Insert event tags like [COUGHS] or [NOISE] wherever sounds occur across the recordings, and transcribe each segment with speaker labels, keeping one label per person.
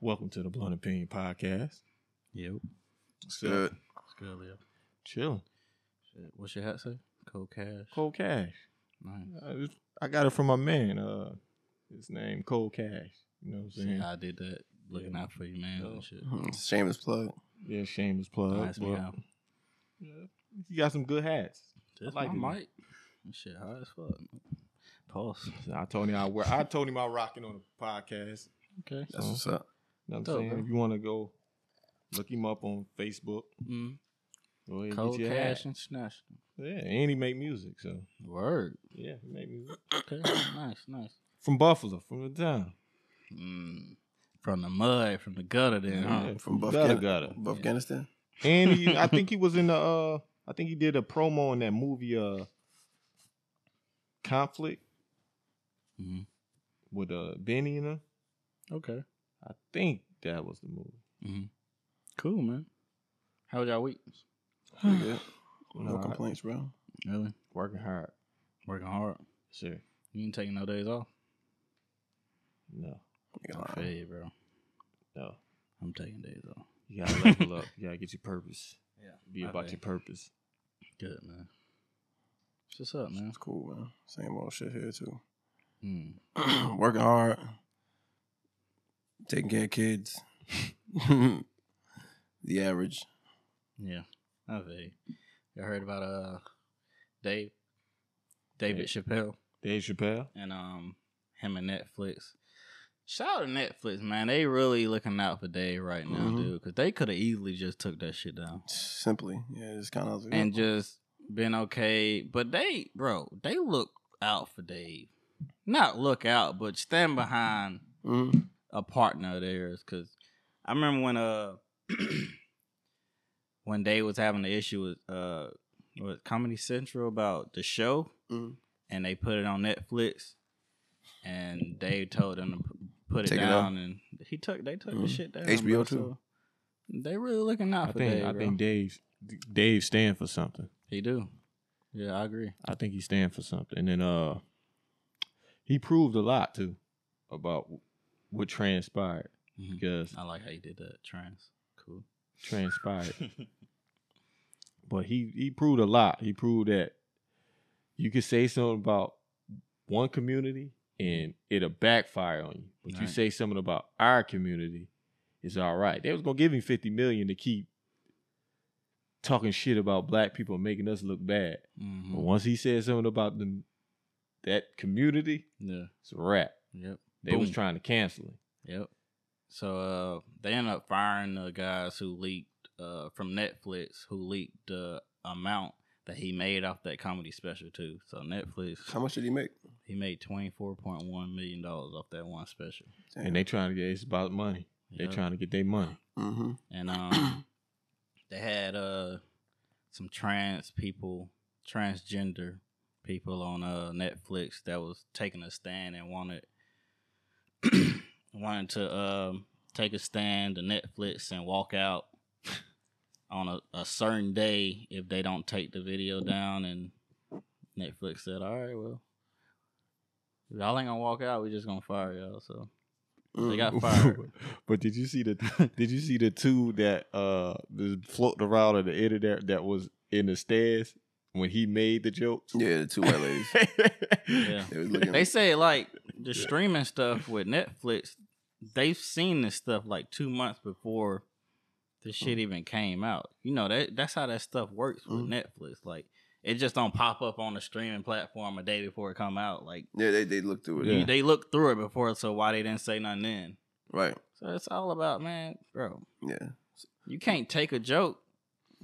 Speaker 1: Welcome to the Blunt Opinion Podcast.
Speaker 2: Yep.
Speaker 1: What's
Speaker 3: Good.
Speaker 2: It's good, Leo.
Speaker 1: Chilling.
Speaker 2: Shit, What's your hat say? Cold cash.
Speaker 1: Cold Cash.
Speaker 2: Nice.
Speaker 1: I, Uh, I got it from my man. Uh, his name Cold Cash. You know what I'm
Speaker 2: See
Speaker 1: saying?
Speaker 2: how I did that. Looking out for you, man.
Speaker 1: Yeah.
Speaker 2: And shit.
Speaker 3: Shameless plug.
Speaker 1: yeah, shameless plug.
Speaker 2: Nice
Speaker 1: but-
Speaker 2: meow.
Speaker 1: Yeah. You got some good hats.
Speaker 2: This
Speaker 1: like
Speaker 2: like
Speaker 1: it,
Speaker 2: my
Speaker 1: man.
Speaker 2: mic. That Shit hot as fuck. Pulse.
Speaker 1: I told him I wear. I told him I rock it on the podcast.
Speaker 2: Okay.
Speaker 3: That's
Speaker 1: So,
Speaker 3: what's up.
Speaker 1: You know what I'm
Speaker 2: Dope,
Speaker 1: saying?
Speaker 2: bro.
Speaker 1: If you want to go look him up on Facebook,
Speaker 2: Mm.
Speaker 1: go ahead and
Speaker 2: Cold
Speaker 1: get your hat.
Speaker 2: cash international.
Speaker 1: Yeah, and he make music, so
Speaker 2: Word.
Speaker 1: yeah, he make music.
Speaker 2: Okay. nice, nice.
Speaker 1: From Buffalo, from the town.
Speaker 2: Mm. From the mud, from the gutter, then, huh?
Speaker 1: Yeah,
Speaker 3: From Buff
Speaker 1: gutter,
Speaker 3: County.
Speaker 1: gutter.
Speaker 3: From Afghanistan.
Speaker 1: And he,
Speaker 2: [LAUGHS]
Speaker 1: I think he was in the uh I think he did a promo in that movie uh Conflict
Speaker 2: Mhm.
Speaker 1: with uh Benny and her.
Speaker 2: Okay.
Speaker 1: I think that was the movie.
Speaker 2: Mm-hmm. Cool, man. How was y'all week? Hmm.
Speaker 3: Pretty good. No
Speaker 1: Nah,
Speaker 3: complaints, bro.
Speaker 2: Really?
Speaker 1: Working hard.
Speaker 2: Working hard.
Speaker 1: Sure.
Speaker 2: You ain't taking no days off.
Speaker 1: No,
Speaker 3: You
Speaker 2: I feel
Speaker 3: lying.
Speaker 2: you, bro.
Speaker 1: no.
Speaker 2: I'm taking days off.
Speaker 1: You gotta level up. You gotta get your purpose.
Speaker 2: Yeah.
Speaker 1: Be about your purpose.
Speaker 2: Good, man. What's up, man?
Speaker 3: It's cool, man. Same old shit here too. [CLEARS THROAT]
Speaker 2: Mm.
Speaker 3: Working hard. Taking care of kids. [LAUGHS] the average.
Speaker 2: Yeah. I feel you. Y'all heard about uh Dave David Chappelle
Speaker 1: Dave Chappelle.
Speaker 2: and um him and Netflix. Shout out to Netflix, man. They really looking out for Dave right now,
Speaker 3: Mhm.
Speaker 2: dude. Cause they could have easily just took that shit down.
Speaker 3: Simply. Yeah, it's kinda like,
Speaker 2: and just been okay. But they, bro, they look out for Dave. Not look out, but stand behind
Speaker 3: Mhm.
Speaker 2: a partner of theirs. Cause I remember when uh [CLEARS THROAT] when Dave was having the issue with uh with Comedy Central about the show,
Speaker 3: Mhm.
Speaker 2: and they put it on Netflix, and Dave told them to p- put it
Speaker 3: Take it
Speaker 2: down, and he took they took the
Speaker 3: Mhm.
Speaker 2: shit down.
Speaker 3: HBO
Speaker 2: bro,
Speaker 3: too.
Speaker 2: so They really looking out
Speaker 1: I
Speaker 2: for
Speaker 1: think
Speaker 2: Dave.
Speaker 1: I
Speaker 2: bro.
Speaker 1: think Dave Dave stand for something.
Speaker 2: he do. Yeah, I agree.
Speaker 1: I think he stand for something. And then uh he proved a lot too about what transpired
Speaker 2: Mhm.
Speaker 1: because
Speaker 2: I like how you did that. Trans. Cool. [LAUGHS]
Speaker 1: transpired. but he he proved a lot. He proved that you could say something about one community and it'll backfire on you. But you
Speaker 2: Right.
Speaker 1: say something about our community, it's all right. They was gonna give him fifty million to keep talking shit about black people and making us look bad.
Speaker 2: Mhm.
Speaker 1: But once he said something about the that community,
Speaker 2: Yeah.
Speaker 1: it's a wrap.
Speaker 2: Yep.
Speaker 1: They was
Speaker 2: Boom.
Speaker 1: trying to cancel him.
Speaker 2: Yep. So uh, they end up firing the guys who leaked uh, from Netflix who leaked the amount that he made off that comedy special too. So Netflix,
Speaker 3: how much did he make?
Speaker 2: he made twenty four point one million dollars off that one special.
Speaker 1: And they trying to get it's about money. They
Speaker 2: Yep.
Speaker 1: trying to get their money.
Speaker 3: hmm
Speaker 2: and um, [CLEARS THROAT] they had uh some trans people, transgender people on uh Netflix that was taking a stand and wanted [CLEARS THROAT] wanted to um take a stand to Netflix and walk out [LAUGHS] on a, a certain day if they don't take the video down and Netflix said, All right, well y'all ain't gonna walk out, we just gonna fire y'all, so
Speaker 3: Mm-hmm.
Speaker 1: [LAUGHS]
Speaker 2: they got fired.
Speaker 1: but did you see the [LAUGHS] did you see the two that uh the floating around at the end of that that was in the stairs when he made the jokes? [LAUGHS]
Speaker 3: Yeah, the two white ladies.
Speaker 2: yeah. [LAUGHS]
Speaker 3: They was looking
Speaker 2: they say like the streaming stuff with Netflix, they've seen this stuff like two months before the shit even came out. You know that that's how that stuff works with
Speaker 3: Mhm.
Speaker 2: Netflix. Like it just don't pop up on the streaming platform a day before it come out. Like
Speaker 3: Yeah, they, they looked through it.
Speaker 1: Yeah.
Speaker 2: you- they looked through it before, so why they didn't say nothing then?
Speaker 3: Right.
Speaker 2: So it's all about man, bro.
Speaker 3: Yeah.
Speaker 2: You can't take a joke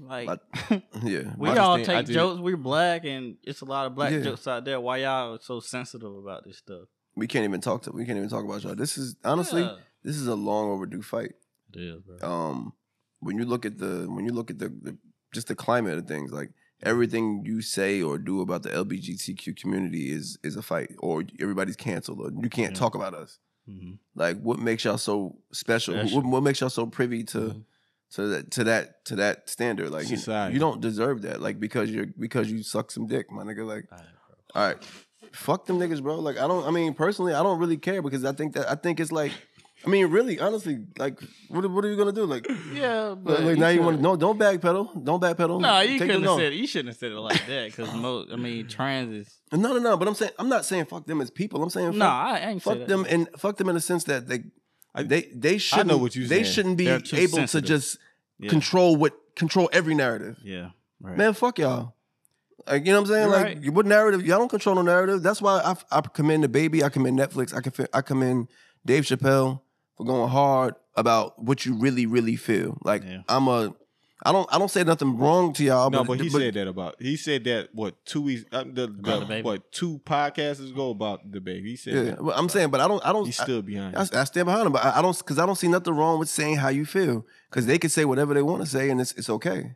Speaker 2: like.
Speaker 3: But- yeah.
Speaker 2: [LAUGHS] We
Speaker 1: I
Speaker 2: all
Speaker 1: understand- I
Speaker 2: take
Speaker 1: did-
Speaker 2: jokes. We're black, and it's a lot of black
Speaker 3: Yeah.
Speaker 2: jokes out there. Why y'all so sensitive about this stuff?
Speaker 3: we can't even talk to we can't even talk about y'all. This is honestly,
Speaker 2: Yeah.
Speaker 3: this is a long overdue fight.
Speaker 2: It is, bro.
Speaker 3: Um, when you look at the when you look at the, the just the climate of things, like everything you say or do about the LGBTQ community is is a fight, or everybody's canceled, or you can't
Speaker 2: Yeah.
Speaker 3: talk about us.
Speaker 2: hmm
Speaker 3: Like, what makes y'all so special?
Speaker 2: Special.
Speaker 3: What, what makes y'all so privy to?
Speaker 2: Mhm.
Speaker 3: To that, to that to that standard, like you,
Speaker 1: Society.
Speaker 3: you don't deserve that, like because you're because you suck some dick, my nigga. Like All right. Fuck them niggas, bro. Like I don't I mean personally I don't really care because I think that I think it's like I mean, really, honestly, like, what, what are you gonna do? Like,
Speaker 2: Yeah,
Speaker 3: like,
Speaker 2: but
Speaker 3: like, now you want to? No, don't backpedal. Don't backpedal.
Speaker 2: No, you
Speaker 3: Take the
Speaker 2: couldn't have
Speaker 3: no.
Speaker 2: said. You shouldn't have said it like that because most. I mean,
Speaker 3: [LAUGHS]
Speaker 2: trans is.
Speaker 3: No, no, no. But I'm saying I'm not saying fuck them as people. I'm saying
Speaker 2: No,
Speaker 3: fuck,
Speaker 2: I ain't say
Speaker 3: fuck
Speaker 2: that.
Speaker 3: them and fuck them in the sense that they
Speaker 1: I-
Speaker 3: they they shouldn't
Speaker 1: what you're
Speaker 3: they
Speaker 1: saying.
Speaker 3: shouldn't be
Speaker 2: They're
Speaker 3: able
Speaker 2: too
Speaker 3: to
Speaker 2: sensitive.
Speaker 3: just
Speaker 2: Yeah.
Speaker 3: control what control every narrative.
Speaker 2: Yeah. Right.
Speaker 3: Man, fuck y'all. Like you know what I'm saying?
Speaker 2: You're
Speaker 3: like
Speaker 2: right.
Speaker 3: what narrative? Y'all don't control no narrative. That's why I, I commend the baby. I commend Netflix. I conf- I commend Dave Chappelle for going hard about what you really really feel. Like
Speaker 2: Yeah.
Speaker 3: I'm a I don't I don't say nothing wrong to y'all.
Speaker 1: No,
Speaker 3: but,
Speaker 1: but he said that about. He said that what two weeks uh, the,
Speaker 2: About
Speaker 1: the-
Speaker 2: the baby?
Speaker 1: what two podcasts ago about the baby. He said
Speaker 3: Yeah,
Speaker 1: that.
Speaker 3: but I'm saying, but I don't I don't
Speaker 1: he stood behind.
Speaker 3: I,
Speaker 1: it.
Speaker 3: I stand behind them, but I, I don't because I don't see nothing wrong with saying how you feel because they can say whatever they want to say and it's it's okay.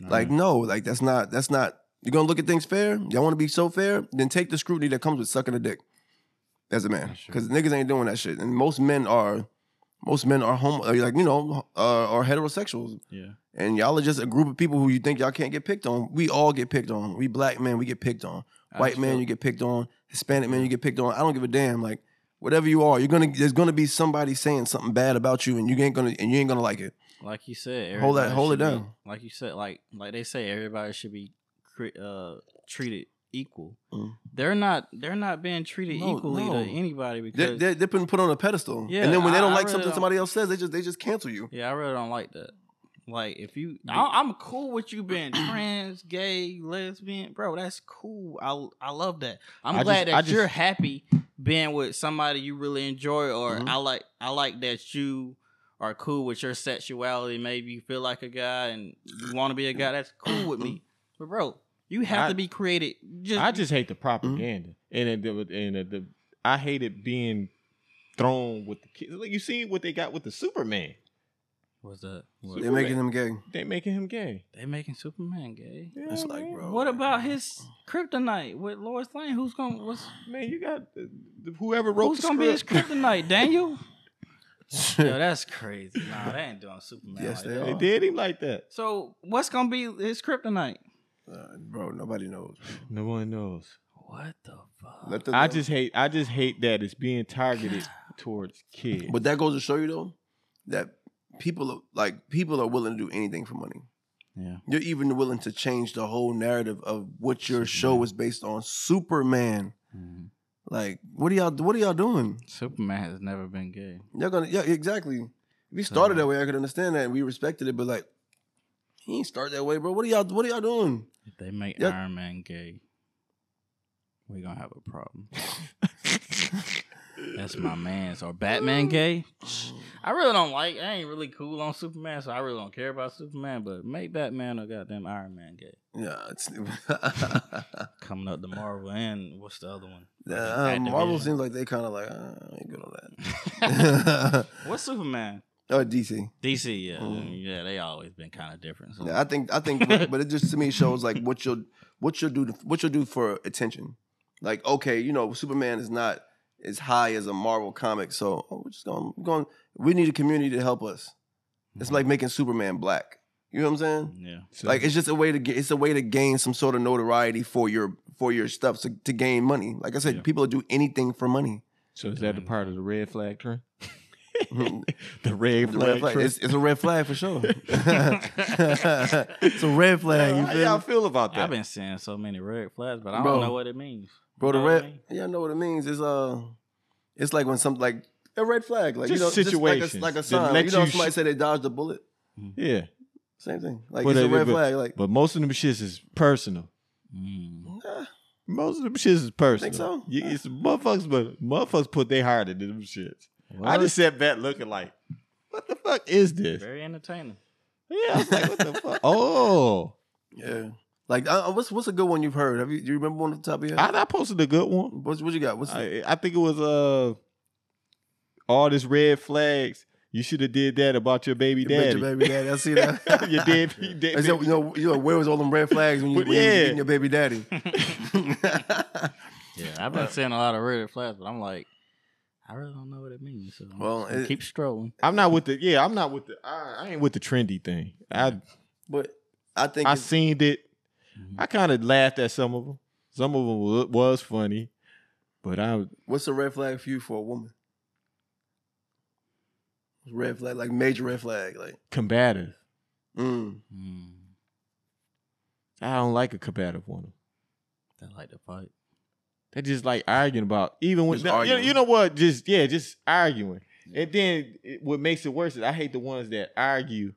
Speaker 3: Like no, like that's not that's not. You're gonna look at things fair. Y'all want to be so fair, then take the scrutiny that comes with sucking a dick as a man
Speaker 2: That's true.
Speaker 3: because niggas ain't doing that shit, and most men are. Most men are homo, are like you know, uh, are heterosexuals,
Speaker 2: Yeah.
Speaker 3: and y'all are just a group of people who you think y'all can't get picked on. We all get picked on. We black men, we get picked on
Speaker 2: I
Speaker 3: white
Speaker 2: just
Speaker 3: man
Speaker 2: feel-
Speaker 3: you get picked on hispanic man you get picked on i don't give a damn like whatever you are you're gonna there's gonna be somebody saying something bad about you and you ain't gonna and you ain't gonna like it
Speaker 2: like you said,
Speaker 3: Hold that-
Speaker 2: everybody
Speaker 3: hold
Speaker 2: should
Speaker 3: it
Speaker 2: be-
Speaker 3: down.
Speaker 2: like you said, like like they say, everybody should be cre- uh, treated equal.
Speaker 3: Mm.
Speaker 2: They're not. They're not being treated
Speaker 3: No,
Speaker 2: equally
Speaker 3: no.
Speaker 2: to anybody
Speaker 3: they're,
Speaker 2: because.
Speaker 3: they're, they're putting put on a pedestal
Speaker 2: Yeah,
Speaker 3: and then when they
Speaker 2: I-
Speaker 3: don't
Speaker 2: I
Speaker 3: like
Speaker 2: really
Speaker 3: something
Speaker 2: don't-
Speaker 3: somebody else says they just they just cancel you
Speaker 2: yeah, I really don't like that. Like if you, I, I'm cool with you [CLEARS THROAT] being trans, gay, lesbian, bro. That's cool. I I love that. I'm
Speaker 1: I
Speaker 2: glad
Speaker 1: just-
Speaker 2: that
Speaker 1: I just-
Speaker 2: you're happy being with somebody you really enjoy, or
Speaker 3: Mhm.
Speaker 2: I like I like that you are cool with your sexuality. Maybe you feel like a guy and you want to be a guy. That's cool with [CLEARS THROAT] me. But bro, you have
Speaker 1: I-
Speaker 2: to be created. Just,
Speaker 1: I just
Speaker 3: Mm-hmm.
Speaker 1: hate the propaganda, and it, the- and it- the, I hate it being thrown with the kids. Like you see what they got with the Superman.
Speaker 2: what's that?
Speaker 1: What?
Speaker 3: they're making
Speaker 2: [LAUGHS]
Speaker 3: them gay
Speaker 1: They making him gay.
Speaker 2: They making Superman gay.
Speaker 1: Yeah,
Speaker 3: It's like,
Speaker 1: man.
Speaker 3: bro.
Speaker 2: What about his kryptonite with Lois Lane? Who's gonna what's
Speaker 1: man, you got the, the- whoever wrote
Speaker 2: Who's
Speaker 1: the
Speaker 2: gonna be his
Speaker 1: script.
Speaker 2: kryptonite, [LAUGHS] Daniel? Yo, that's
Speaker 3: [LAUGHS]
Speaker 2: crazy. Nah, they ain't doing Superman.
Speaker 3: Yes,
Speaker 2: like
Speaker 3: they
Speaker 2: that.
Speaker 1: [LAUGHS] they
Speaker 3: are.
Speaker 1: did him like that.
Speaker 2: So what's gonna be his kryptonite?
Speaker 3: Uh, bro nobody knows
Speaker 1: No one knows.
Speaker 2: What the fuck?
Speaker 3: Let the-
Speaker 1: I just hate. I just hate that it's being targeted towards kids.
Speaker 3: but that goes to show you though that people are, like people are willing to do anything for money
Speaker 2: yeah.
Speaker 3: you're even willing to change the whole narrative of what your show
Speaker 2: Superman.
Speaker 3: is based on superman Like, what are y'all? What are y'all doing?
Speaker 2: mm-hmm. Superman has never been gay.
Speaker 3: Y'all gonna? Yeah, exactly. If he started
Speaker 2: So-
Speaker 3: that way, I could understand that, and we respected it. But like, he ain't start that way, bro. What are y'all? What are y'all doing?
Speaker 2: [LAUGHS] If they make
Speaker 3: Yeah.
Speaker 2: Iron Man gay, we're gonna have a problem. That's my man's. Or Batman gay?
Speaker 3: Um,
Speaker 2: I really don't like I ain't really cool on Superman, so I really don't care about Superman, but make Batman or goddamn Iron Man gay.
Speaker 3: Yeah, it's, [LAUGHS]
Speaker 2: Coming up to Marvel and what's the other one?
Speaker 3: Nah, um, Marvel
Speaker 2: Activision.
Speaker 3: seems like they kind of like uh, I ain't good on that. [LAUGHS]
Speaker 2: What's Superman?
Speaker 3: oh, DC.
Speaker 2: DC, yeah,
Speaker 3: Mm.
Speaker 2: yeah, they always been kind of different. So.
Speaker 3: Yeah, I think I think, but it just to me shows like what you'll what you'll do to, what you'll do for attention. Like, okay, you know, Superman is not as high as a Marvel comic, so oh, we're just going going. We need a community to help us. It's like making Superman black. You know what I'm saying? [LAUGHS]
Speaker 2: yeah,
Speaker 1: So-
Speaker 3: Like it's just a way to get it's a way to gain some sort of notoriety for your for your stuff to, to gain money. Like I said,
Speaker 2: Yeah.
Speaker 3: people do anything for
Speaker 1: [LAUGHS]
Speaker 3: money.
Speaker 1: so is that the part of the red flag
Speaker 3: [LAUGHS]
Speaker 1: trend?
Speaker 3: Mhm.
Speaker 1: the red
Speaker 3: Red
Speaker 1: flag.
Speaker 3: flag.
Speaker 1: trend?
Speaker 3: It's, it's a red flag for sure. [LAUGHS] it's a red flag. You
Speaker 1: How
Speaker 3: feel?
Speaker 1: y'all
Speaker 3: me?
Speaker 1: feel about that?
Speaker 2: I've been seeing so many red flags, but I don't
Speaker 3: Bro.
Speaker 2: know what it means.
Speaker 3: Bro, the
Speaker 2: know what I
Speaker 3: red.
Speaker 2: mean?
Speaker 3: Y'all know what it means? It's uh, it's like when some like a red flag, like
Speaker 1: Just
Speaker 3: you know, just
Speaker 1: situations
Speaker 3: like a, like a
Speaker 1: that
Speaker 3: sign.
Speaker 1: let
Speaker 3: You know,
Speaker 1: you
Speaker 3: how somebody
Speaker 1: sh-
Speaker 3: said they dodged a bullet.
Speaker 1: yeah,
Speaker 3: Same thing. Like
Speaker 1: But
Speaker 3: it's
Speaker 1: they-
Speaker 3: a red
Speaker 1: but-
Speaker 3: flag. Like,
Speaker 1: but most of them shits is personal.
Speaker 2: Mm.
Speaker 3: nah,
Speaker 1: Most of them shits is personal.
Speaker 3: so?
Speaker 1: You, it's motherfuckers, but motherfuckers put their heart into them shits. I
Speaker 2: What?
Speaker 1: just sat back looking like, what the fuck is this?
Speaker 2: very entertaining.
Speaker 3: [LAUGHS]
Speaker 1: Yeah, I was like, what the fuck? Oh,
Speaker 3: yeah. Like, uh, what's what's a good one you've heard? Have you do you remember one off the top of your head?
Speaker 1: I, I posted a good one.
Speaker 3: What's what you got? What's
Speaker 1: I, I think it was uh, all this red flags. You should have did that about your baby
Speaker 3: Your bitch,
Speaker 1: daddy. [LAUGHS]
Speaker 3: Your baby daddy. I see that.
Speaker 1: your dead, your dead
Speaker 3: I said,
Speaker 1: baby.
Speaker 3: you know, you know, where was all them red flags when you,
Speaker 1: But
Speaker 3: when you was
Speaker 1: yeah.
Speaker 3: getting your baby daddy?
Speaker 2: Yeah, I've been seeing a lot of red flags, but I'm like, I really don't know what it means. So
Speaker 3: Well,
Speaker 2: so
Speaker 3: it-
Speaker 2: keep strolling.
Speaker 1: I'm not with the yeah. I'm not with the. I, I ain't with the trendy thing. I
Speaker 3: but I think
Speaker 1: I
Speaker 3: it's-
Speaker 1: seen it.
Speaker 2: Mhm.
Speaker 1: I kind of laughed at some of them. Some of them was, was funny, but I
Speaker 3: what's a red flag for you for a woman? Red flag, like major red flag, like
Speaker 1: Combative.
Speaker 3: mm.
Speaker 2: Mm,
Speaker 1: I don't like a combative woman.
Speaker 2: they like to fight.
Speaker 1: They just like arguing about even when
Speaker 3: Just
Speaker 1: no, you,
Speaker 3: arguing.
Speaker 1: you know what? Just yeah, just arguing. And then it, what makes it worse is I hate the ones that argue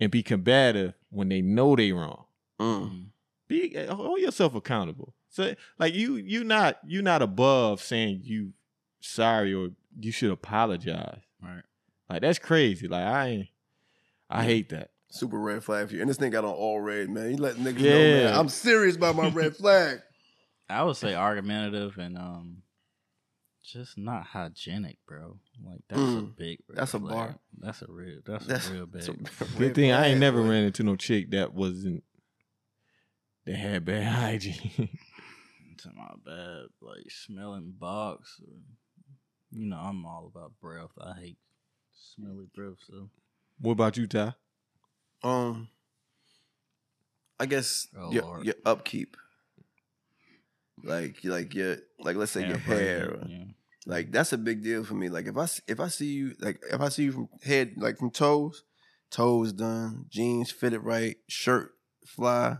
Speaker 1: and be combative when they know they wrong.
Speaker 3: Mm.
Speaker 2: Mm.
Speaker 1: Be hold yourself accountable. So like you you not you not above saying you sorry or you should apologize.
Speaker 2: Right.
Speaker 1: Like that's crazy. Like I ain't, I hate that.
Speaker 3: super red flag for you. And this thing got on all red, man. You let niggas know,
Speaker 1: Yeah.
Speaker 3: man. I'm serious about my red flag.
Speaker 2: I would say argumentative and um, just not hygienic, bro. Like that's a
Speaker 3: Mm,
Speaker 2: big. red
Speaker 3: that's a
Speaker 2: flag.
Speaker 3: bar.
Speaker 2: That's a real. That's,
Speaker 3: That's-
Speaker 2: a real big.
Speaker 3: It's a
Speaker 1: Good
Speaker 3: red
Speaker 1: thing I ain't
Speaker 3: flag,
Speaker 1: never
Speaker 3: boy.
Speaker 1: ran into no chick that wasn't that had bad [LAUGHS] hygiene.
Speaker 2: to my bad, like smelling box. Or, you know, I'm all about breath. I hate smelly breath. So
Speaker 1: what about you, Ty?
Speaker 3: Um, I guess
Speaker 2: Oh,
Speaker 3: your,
Speaker 2: Lord.
Speaker 3: your upkeep, like like your like let's say your hair,
Speaker 2: breath, Yeah.
Speaker 3: like that's a big deal for me. Like if I s- if I see you like if I see you from head like from toes, toes done, jeans fitted right, shirt fly,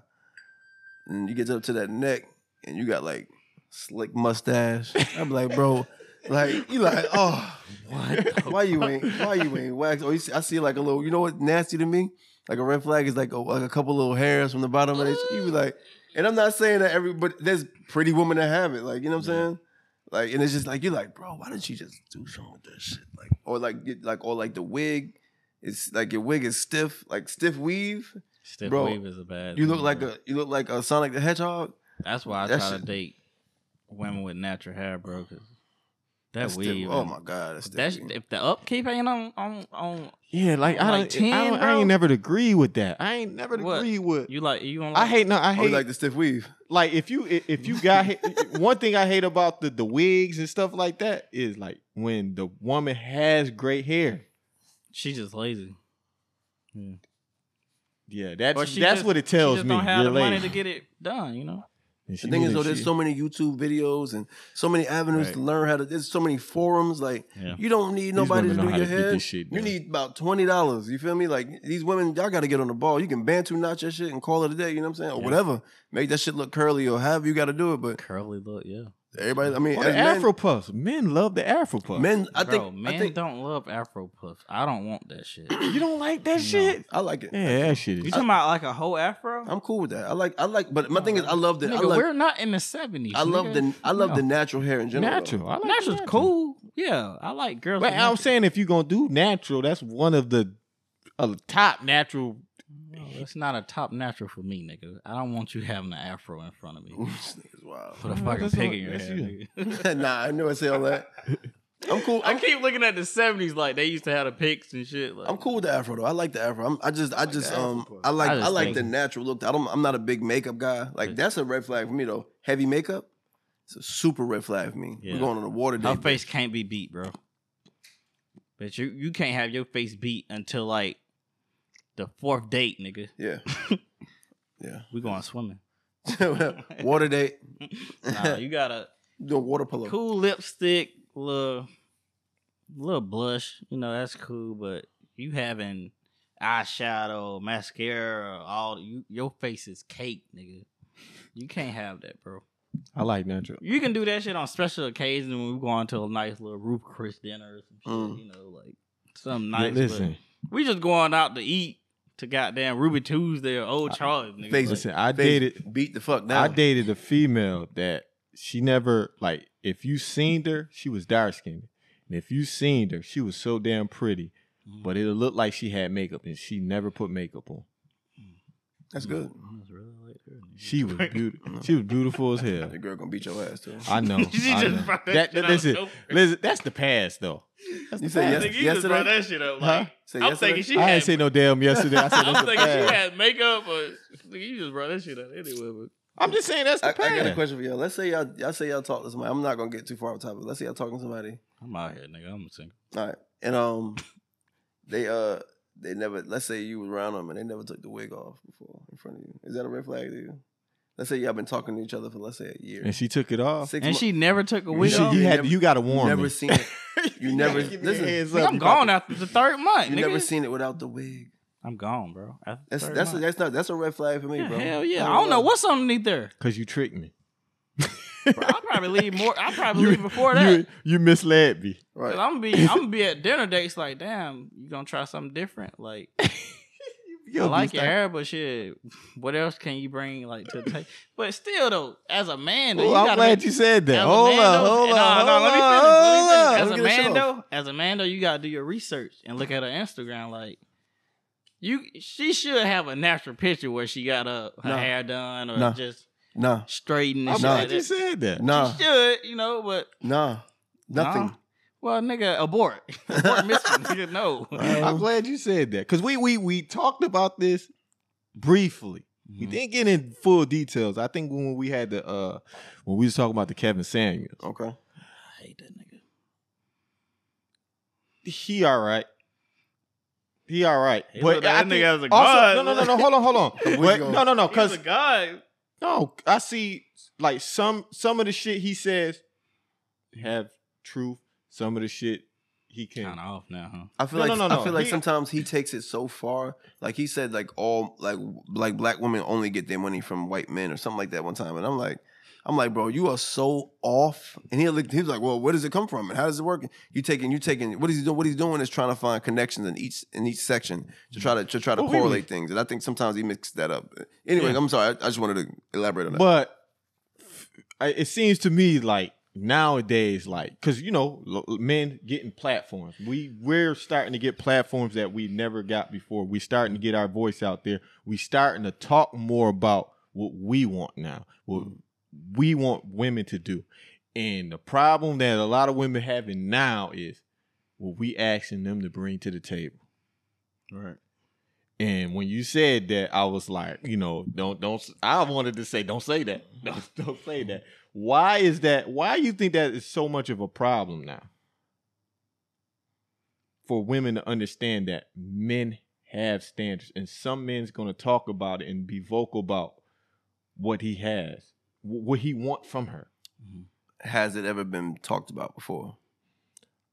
Speaker 3: and you get up to that neck and you got like slick mustache. I'm like, bro, like you like oh.
Speaker 2: [LAUGHS] What?
Speaker 3: [LAUGHS] Why you ain't? Why you ain't waxed? Or you see, I see like a little. You know what? Nasty to me. Like a red flag is like a, like a couple little hairs from the bottom of it. You be like, and I'm not saying that every, but there's pretty women that have it. Like you know what I'm
Speaker 2: Yeah.
Speaker 3: saying? Like and it's just like you're like, bro, why didn't you just do something with that shit? Like or like get like or like the wig. It's like your wig is stiff, like stiff weave.
Speaker 2: Stiff
Speaker 3: Bro,
Speaker 2: wave is a bad.
Speaker 3: You
Speaker 2: thing,
Speaker 3: look like
Speaker 2: bro.
Speaker 3: a you look like a Sonic the Hedgehog.
Speaker 2: That's why I
Speaker 3: that
Speaker 2: try to
Speaker 3: shit-
Speaker 2: date women with natural hair, bro. 'cause that
Speaker 3: That's stiff-
Speaker 2: weave.
Speaker 3: Oh
Speaker 2: and-
Speaker 3: my god, that's,
Speaker 2: If
Speaker 3: stiff
Speaker 2: That's
Speaker 3: weave.
Speaker 2: if the upkeep ain't on on on.
Speaker 1: Yeah, like I don't,
Speaker 2: Like 10,
Speaker 1: I, don't I
Speaker 2: bro?
Speaker 1: ain't never agree with that. I ain't never
Speaker 2: What?
Speaker 1: agree with.
Speaker 2: You like you don't like.
Speaker 1: I hate no. I
Speaker 3: Oh, you
Speaker 1: hate
Speaker 3: like
Speaker 1: like,
Speaker 3: the stiff weave.
Speaker 1: if you if- if you got hit- one thing I hate about the the wigs and stuff like that is like when the woman has great hair.
Speaker 2: She just lazy.
Speaker 1: Yeah,
Speaker 2: Or
Speaker 1: that's
Speaker 2: she
Speaker 1: that's
Speaker 2: just-
Speaker 1: what it
Speaker 2: She
Speaker 1: tells
Speaker 2: just
Speaker 1: me.
Speaker 2: don't have
Speaker 1: You're
Speaker 2: the money
Speaker 1: late.
Speaker 2: to get it done. You know.
Speaker 1: And she
Speaker 3: The thing is,
Speaker 1: really-
Speaker 3: though, there's
Speaker 1: she-
Speaker 3: so many YouTube videos and so many avenues
Speaker 1: Right.
Speaker 3: to learn how to. There's so many forums. Like
Speaker 2: Yeah.
Speaker 3: you don't need
Speaker 1: these
Speaker 3: nobody to
Speaker 1: women know
Speaker 3: do
Speaker 1: how
Speaker 3: your
Speaker 1: get
Speaker 3: hair.
Speaker 1: this shit
Speaker 3: you
Speaker 1: done.
Speaker 3: need about twenty dollars. You feel me? Like these women, y'all got to get on the ball. You can bantu knot your shit and call it a day. You know what I'm saying? Or
Speaker 2: Yeah.
Speaker 3: whatever. Make that shit look curly or however you got to do it. But
Speaker 2: Curly look, yeah.
Speaker 3: everybody, I mean,
Speaker 1: Or
Speaker 3: as
Speaker 1: the
Speaker 3: men,
Speaker 1: Afro puffs. Men love the Afro puffs.
Speaker 3: men, I
Speaker 2: Bro,
Speaker 3: think,
Speaker 2: men
Speaker 3: I think,
Speaker 2: don't love Afro puffs. I don't want that
Speaker 1: [COUGHS]
Speaker 2: shit.
Speaker 1: you don't like that
Speaker 2: No.
Speaker 1: shit?
Speaker 3: I like it.
Speaker 1: Yeah, that shit
Speaker 2: You
Speaker 1: is.
Speaker 2: talking about like a whole Afro?
Speaker 3: I'm cool with that. I like, I like. But my
Speaker 2: No,
Speaker 3: thing is, I love the,
Speaker 2: nigga,
Speaker 3: I love,
Speaker 2: we're not in the seventies.
Speaker 3: I love the, I love the natural hair in general. though.
Speaker 1: natural. I like
Speaker 2: Natural's cool. Yeah, I like girls.
Speaker 1: But
Speaker 2: with
Speaker 1: I'm
Speaker 2: natural.
Speaker 1: saying if you're gonna do natural, that's one of the uh, top natural.
Speaker 2: No, it's not a top natural for me, nigga. I don't want you having an Afro in front of me.
Speaker 3: [LAUGHS] This nigga's wild. [LAUGHS]
Speaker 1: [LAUGHS]
Speaker 2: Put a
Speaker 1: No,
Speaker 2: fucking
Speaker 1: that's
Speaker 2: pig
Speaker 1: all-
Speaker 2: in your
Speaker 1: that's
Speaker 2: hair.
Speaker 1: you.
Speaker 2: nigga.
Speaker 3: nah, I knew I said
Speaker 1: [LAUGHS]
Speaker 3: all that. I'm cool.
Speaker 2: I
Speaker 3: I'm
Speaker 2: keep looking at the seventies, like they used to have the pics and shit. Like,
Speaker 3: I'm cool with the afro though. I like the afro. I'm, I just, I, just,
Speaker 1: the afro
Speaker 3: um,
Speaker 1: part.
Speaker 3: I like,
Speaker 2: I
Speaker 3: I,
Speaker 2: just
Speaker 3: like
Speaker 2: think-
Speaker 3: the natural look. I don't, I'm not a big makeup guy. Like
Speaker 2: Yeah.
Speaker 3: that's a red flag for me though. Heavy makeup, it's a super red flag for me.
Speaker 2: Yeah.
Speaker 3: We're going on a water
Speaker 2: Her
Speaker 3: date.
Speaker 2: face can't be beat, bro. But you you can't have your face beat until like the fourth date, nigga. [LAUGHS]
Speaker 3: Yeah, yeah.
Speaker 2: We going swimming. [LAUGHS]
Speaker 3: [LAUGHS] water date.
Speaker 2: Nah, you gotta
Speaker 3: Doing water polo.
Speaker 2: cool lipstick, little little blush. You know that's cool, but you having eyeshadow, mascara, all you your face is cake, nigga. You can't have that, bro.
Speaker 1: I like natural.
Speaker 2: You can do that shit on special occasions when we going to a nice little Ruth Chris dinner or some shit,
Speaker 3: Mm.
Speaker 2: you know, like something
Speaker 1: Yeah,
Speaker 2: nice. but
Speaker 1: listen,
Speaker 2: we just going out to eat to goddamn Ruby Tuesday or Old Charlie, nigga.
Speaker 3: Face-
Speaker 2: Like,
Speaker 1: listen. I
Speaker 3: Face
Speaker 1: dated.
Speaker 3: Beat the fuck down.
Speaker 1: I dated a female that she never like. If you seen her, she was dark skinned, and if you seen her, she was so damn pretty.
Speaker 2: Mm.
Speaker 1: But it looked like she had makeup, and she never put makeup on.
Speaker 2: [LAUGHS]
Speaker 3: That's good.
Speaker 2: I was really like her, [LAUGHS] nigga.
Speaker 1: She was beautiful. She was beautiful as hell.
Speaker 3: Your girl gonna beat your ass too.
Speaker 1: I know.
Speaker 2: [LAUGHS] She
Speaker 1: I
Speaker 2: just
Speaker 1: know.
Speaker 2: brought that
Speaker 1: That,
Speaker 2: shit out
Speaker 1: listen,
Speaker 2: nowhere.
Speaker 1: listen, that's the past though. That's
Speaker 3: You
Speaker 1: the
Speaker 3: said
Speaker 1: past.
Speaker 3: yes,
Speaker 2: Nigga, you just brought
Speaker 3: yesterday.
Speaker 2: that shit up.
Speaker 1: Huh?
Speaker 2: Like,
Speaker 3: Said
Speaker 2: I'm
Speaker 3: yesterday?
Speaker 2: thinking she
Speaker 1: I
Speaker 2: had.
Speaker 1: ain't say no damn yesterday. I
Speaker 2: [LAUGHS]
Speaker 1: said that's
Speaker 2: I'm
Speaker 1: the
Speaker 2: thinking she
Speaker 1: past.
Speaker 2: had makeup, but nigga, you just brought that shit out anyway.
Speaker 1: I'm just saying that's the
Speaker 3: I, I got a
Speaker 1: past.
Speaker 3: question for y'all. Let's say y'all, y'all say y'all talk to somebody. I'm not gonna get too far off topic. Let's say y'all talking to somebody.
Speaker 2: I'm out here, nigga. I'm single.
Speaker 3: All right. And um they uh they never let's say you was around them and they never took the wig off before in front of you. Is that a red flag to you? Let's say y'all been talking to each other for let's say a year.
Speaker 1: And she took it off.
Speaker 3: Six
Speaker 2: And
Speaker 3: mo-
Speaker 2: she never took a
Speaker 3: You
Speaker 1: You,
Speaker 2: wig
Speaker 1: should-
Speaker 3: know,
Speaker 2: off.
Speaker 1: you
Speaker 3: you
Speaker 1: had
Speaker 2: [LAUGHS]
Speaker 3: never-
Speaker 1: you got to warn
Speaker 3: never
Speaker 1: me.
Speaker 3: seen it. You never
Speaker 1: Give me a
Speaker 3: listen.
Speaker 1: heads
Speaker 2: Nigga,
Speaker 1: up.
Speaker 2: I'm gone after the third month.
Speaker 3: You
Speaker 2: nigga.
Speaker 3: never seen it without the wig.
Speaker 2: I'm gone, bro. After the
Speaker 3: That's
Speaker 2: third
Speaker 3: that's a,
Speaker 2: month.
Speaker 3: that's not that's a red flag for me,
Speaker 2: Yeah,
Speaker 3: bro.
Speaker 2: Hell yeah. I don't know what's underneath there.
Speaker 1: Because you tricked me.
Speaker 2: Bro, I'll probably leave more. I'll probably
Speaker 1: You,
Speaker 2: leave before that.
Speaker 1: you, you misled me.
Speaker 3: Right.
Speaker 2: Cause I'm gonna be I'm gonna
Speaker 1: [LAUGHS]
Speaker 2: be at dinner dates like, damn, you gonna try something different? Like I like your hair, but shit, what else can you bring like to the table? But still though, as a man, though,
Speaker 1: Oh,
Speaker 2: you
Speaker 1: I'm
Speaker 2: gotta
Speaker 1: glad
Speaker 2: make-
Speaker 1: you said that.
Speaker 2: as a
Speaker 1: Hold
Speaker 2: man,
Speaker 1: up,
Speaker 2: though-
Speaker 1: hold
Speaker 2: nah,
Speaker 1: up,
Speaker 2: nah,
Speaker 1: hold
Speaker 2: let me finish,
Speaker 1: up,
Speaker 2: let me finish.
Speaker 1: hold up.
Speaker 3: Let me
Speaker 2: As
Speaker 3: get
Speaker 2: a man
Speaker 3: this off.
Speaker 2: though, as a man though, you gotta do your research and look at her Instagram. Like you, she should have a natural picture where she got uh, her
Speaker 3: No.
Speaker 2: hair done or
Speaker 3: No.
Speaker 2: just
Speaker 3: Nah,
Speaker 2: straightened and
Speaker 1: I'm
Speaker 2: shit
Speaker 1: glad
Speaker 2: like
Speaker 1: you
Speaker 2: that.
Speaker 1: said that.
Speaker 3: nah,
Speaker 2: She should, you know, but
Speaker 3: nah,
Speaker 2: Nah.
Speaker 3: nothing.
Speaker 2: Well, nigga, abort. [LAUGHS]
Speaker 1: [LAUGHS]
Speaker 2: abort mission. nigga, no.
Speaker 1: I'm glad you said that because we we we talked about this briefly. We
Speaker 2: Mm-hmm.
Speaker 1: didn't get in full details. I think when we had the uh when we was talking about the Kevin Samuels,
Speaker 3: Okay.
Speaker 2: I hate that nigga.
Speaker 1: he all right. He all right,
Speaker 2: He
Speaker 1: but
Speaker 2: looked like
Speaker 1: I
Speaker 2: that
Speaker 1: think
Speaker 2: nigga was a god,
Speaker 1: also, no, no, no, no. Hold on, hold
Speaker 2: [LAUGHS]
Speaker 1: on. But,
Speaker 3: gonna-
Speaker 1: no, no, no. Because
Speaker 2: guy.
Speaker 1: no, I see like some some of the shit he says have truth. Some of the shit he
Speaker 2: Kind
Speaker 1: can.
Speaker 2: of off now, huh?
Speaker 3: I feel
Speaker 1: No,
Speaker 3: like
Speaker 1: no, no,
Speaker 3: I
Speaker 1: no.
Speaker 3: feel like
Speaker 1: He-
Speaker 3: sometimes he takes it so far. Like he said, like all like like black women only get their money from white men or something like that one time. And I'm like, I'm like, bro, you are so off. And he looked, he was like, well, where does it come from and how does it work? You taking you taking what he's doing? What he's doing is trying to find connections in each in each section to try to to try to
Speaker 1: Well, we-
Speaker 3: correlate things. And I think sometimes he mixed that up. Anyway,
Speaker 1: Oh, Yeah.
Speaker 3: I'm sorry. I, I just wanted to elaborate on that.
Speaker 1: But I- it seems to me like nowadays, like because you know, lo- men getting platforms. We we're starting to get platforms that we never got before. We starting to get our voice out there. We starting to talk more about what we want now. What we want women to do. And the problem that a lot of women having now is what we asking them to bring to the table.
Speaker 2: Right.
Speaker 1: And when you said that, I was like, you know, don't don't. I wanted to say, don't say that. [LAUGHS] Don't don't say that. Why is that? Why you think that is so much of a problem now for women to understand that men have standards, and some men's going to talk about it and be vocal about what he has, wh- what he want from her.
Speaker 2: Mm-hmm.
Speaker 3: Has it ever been talked about before?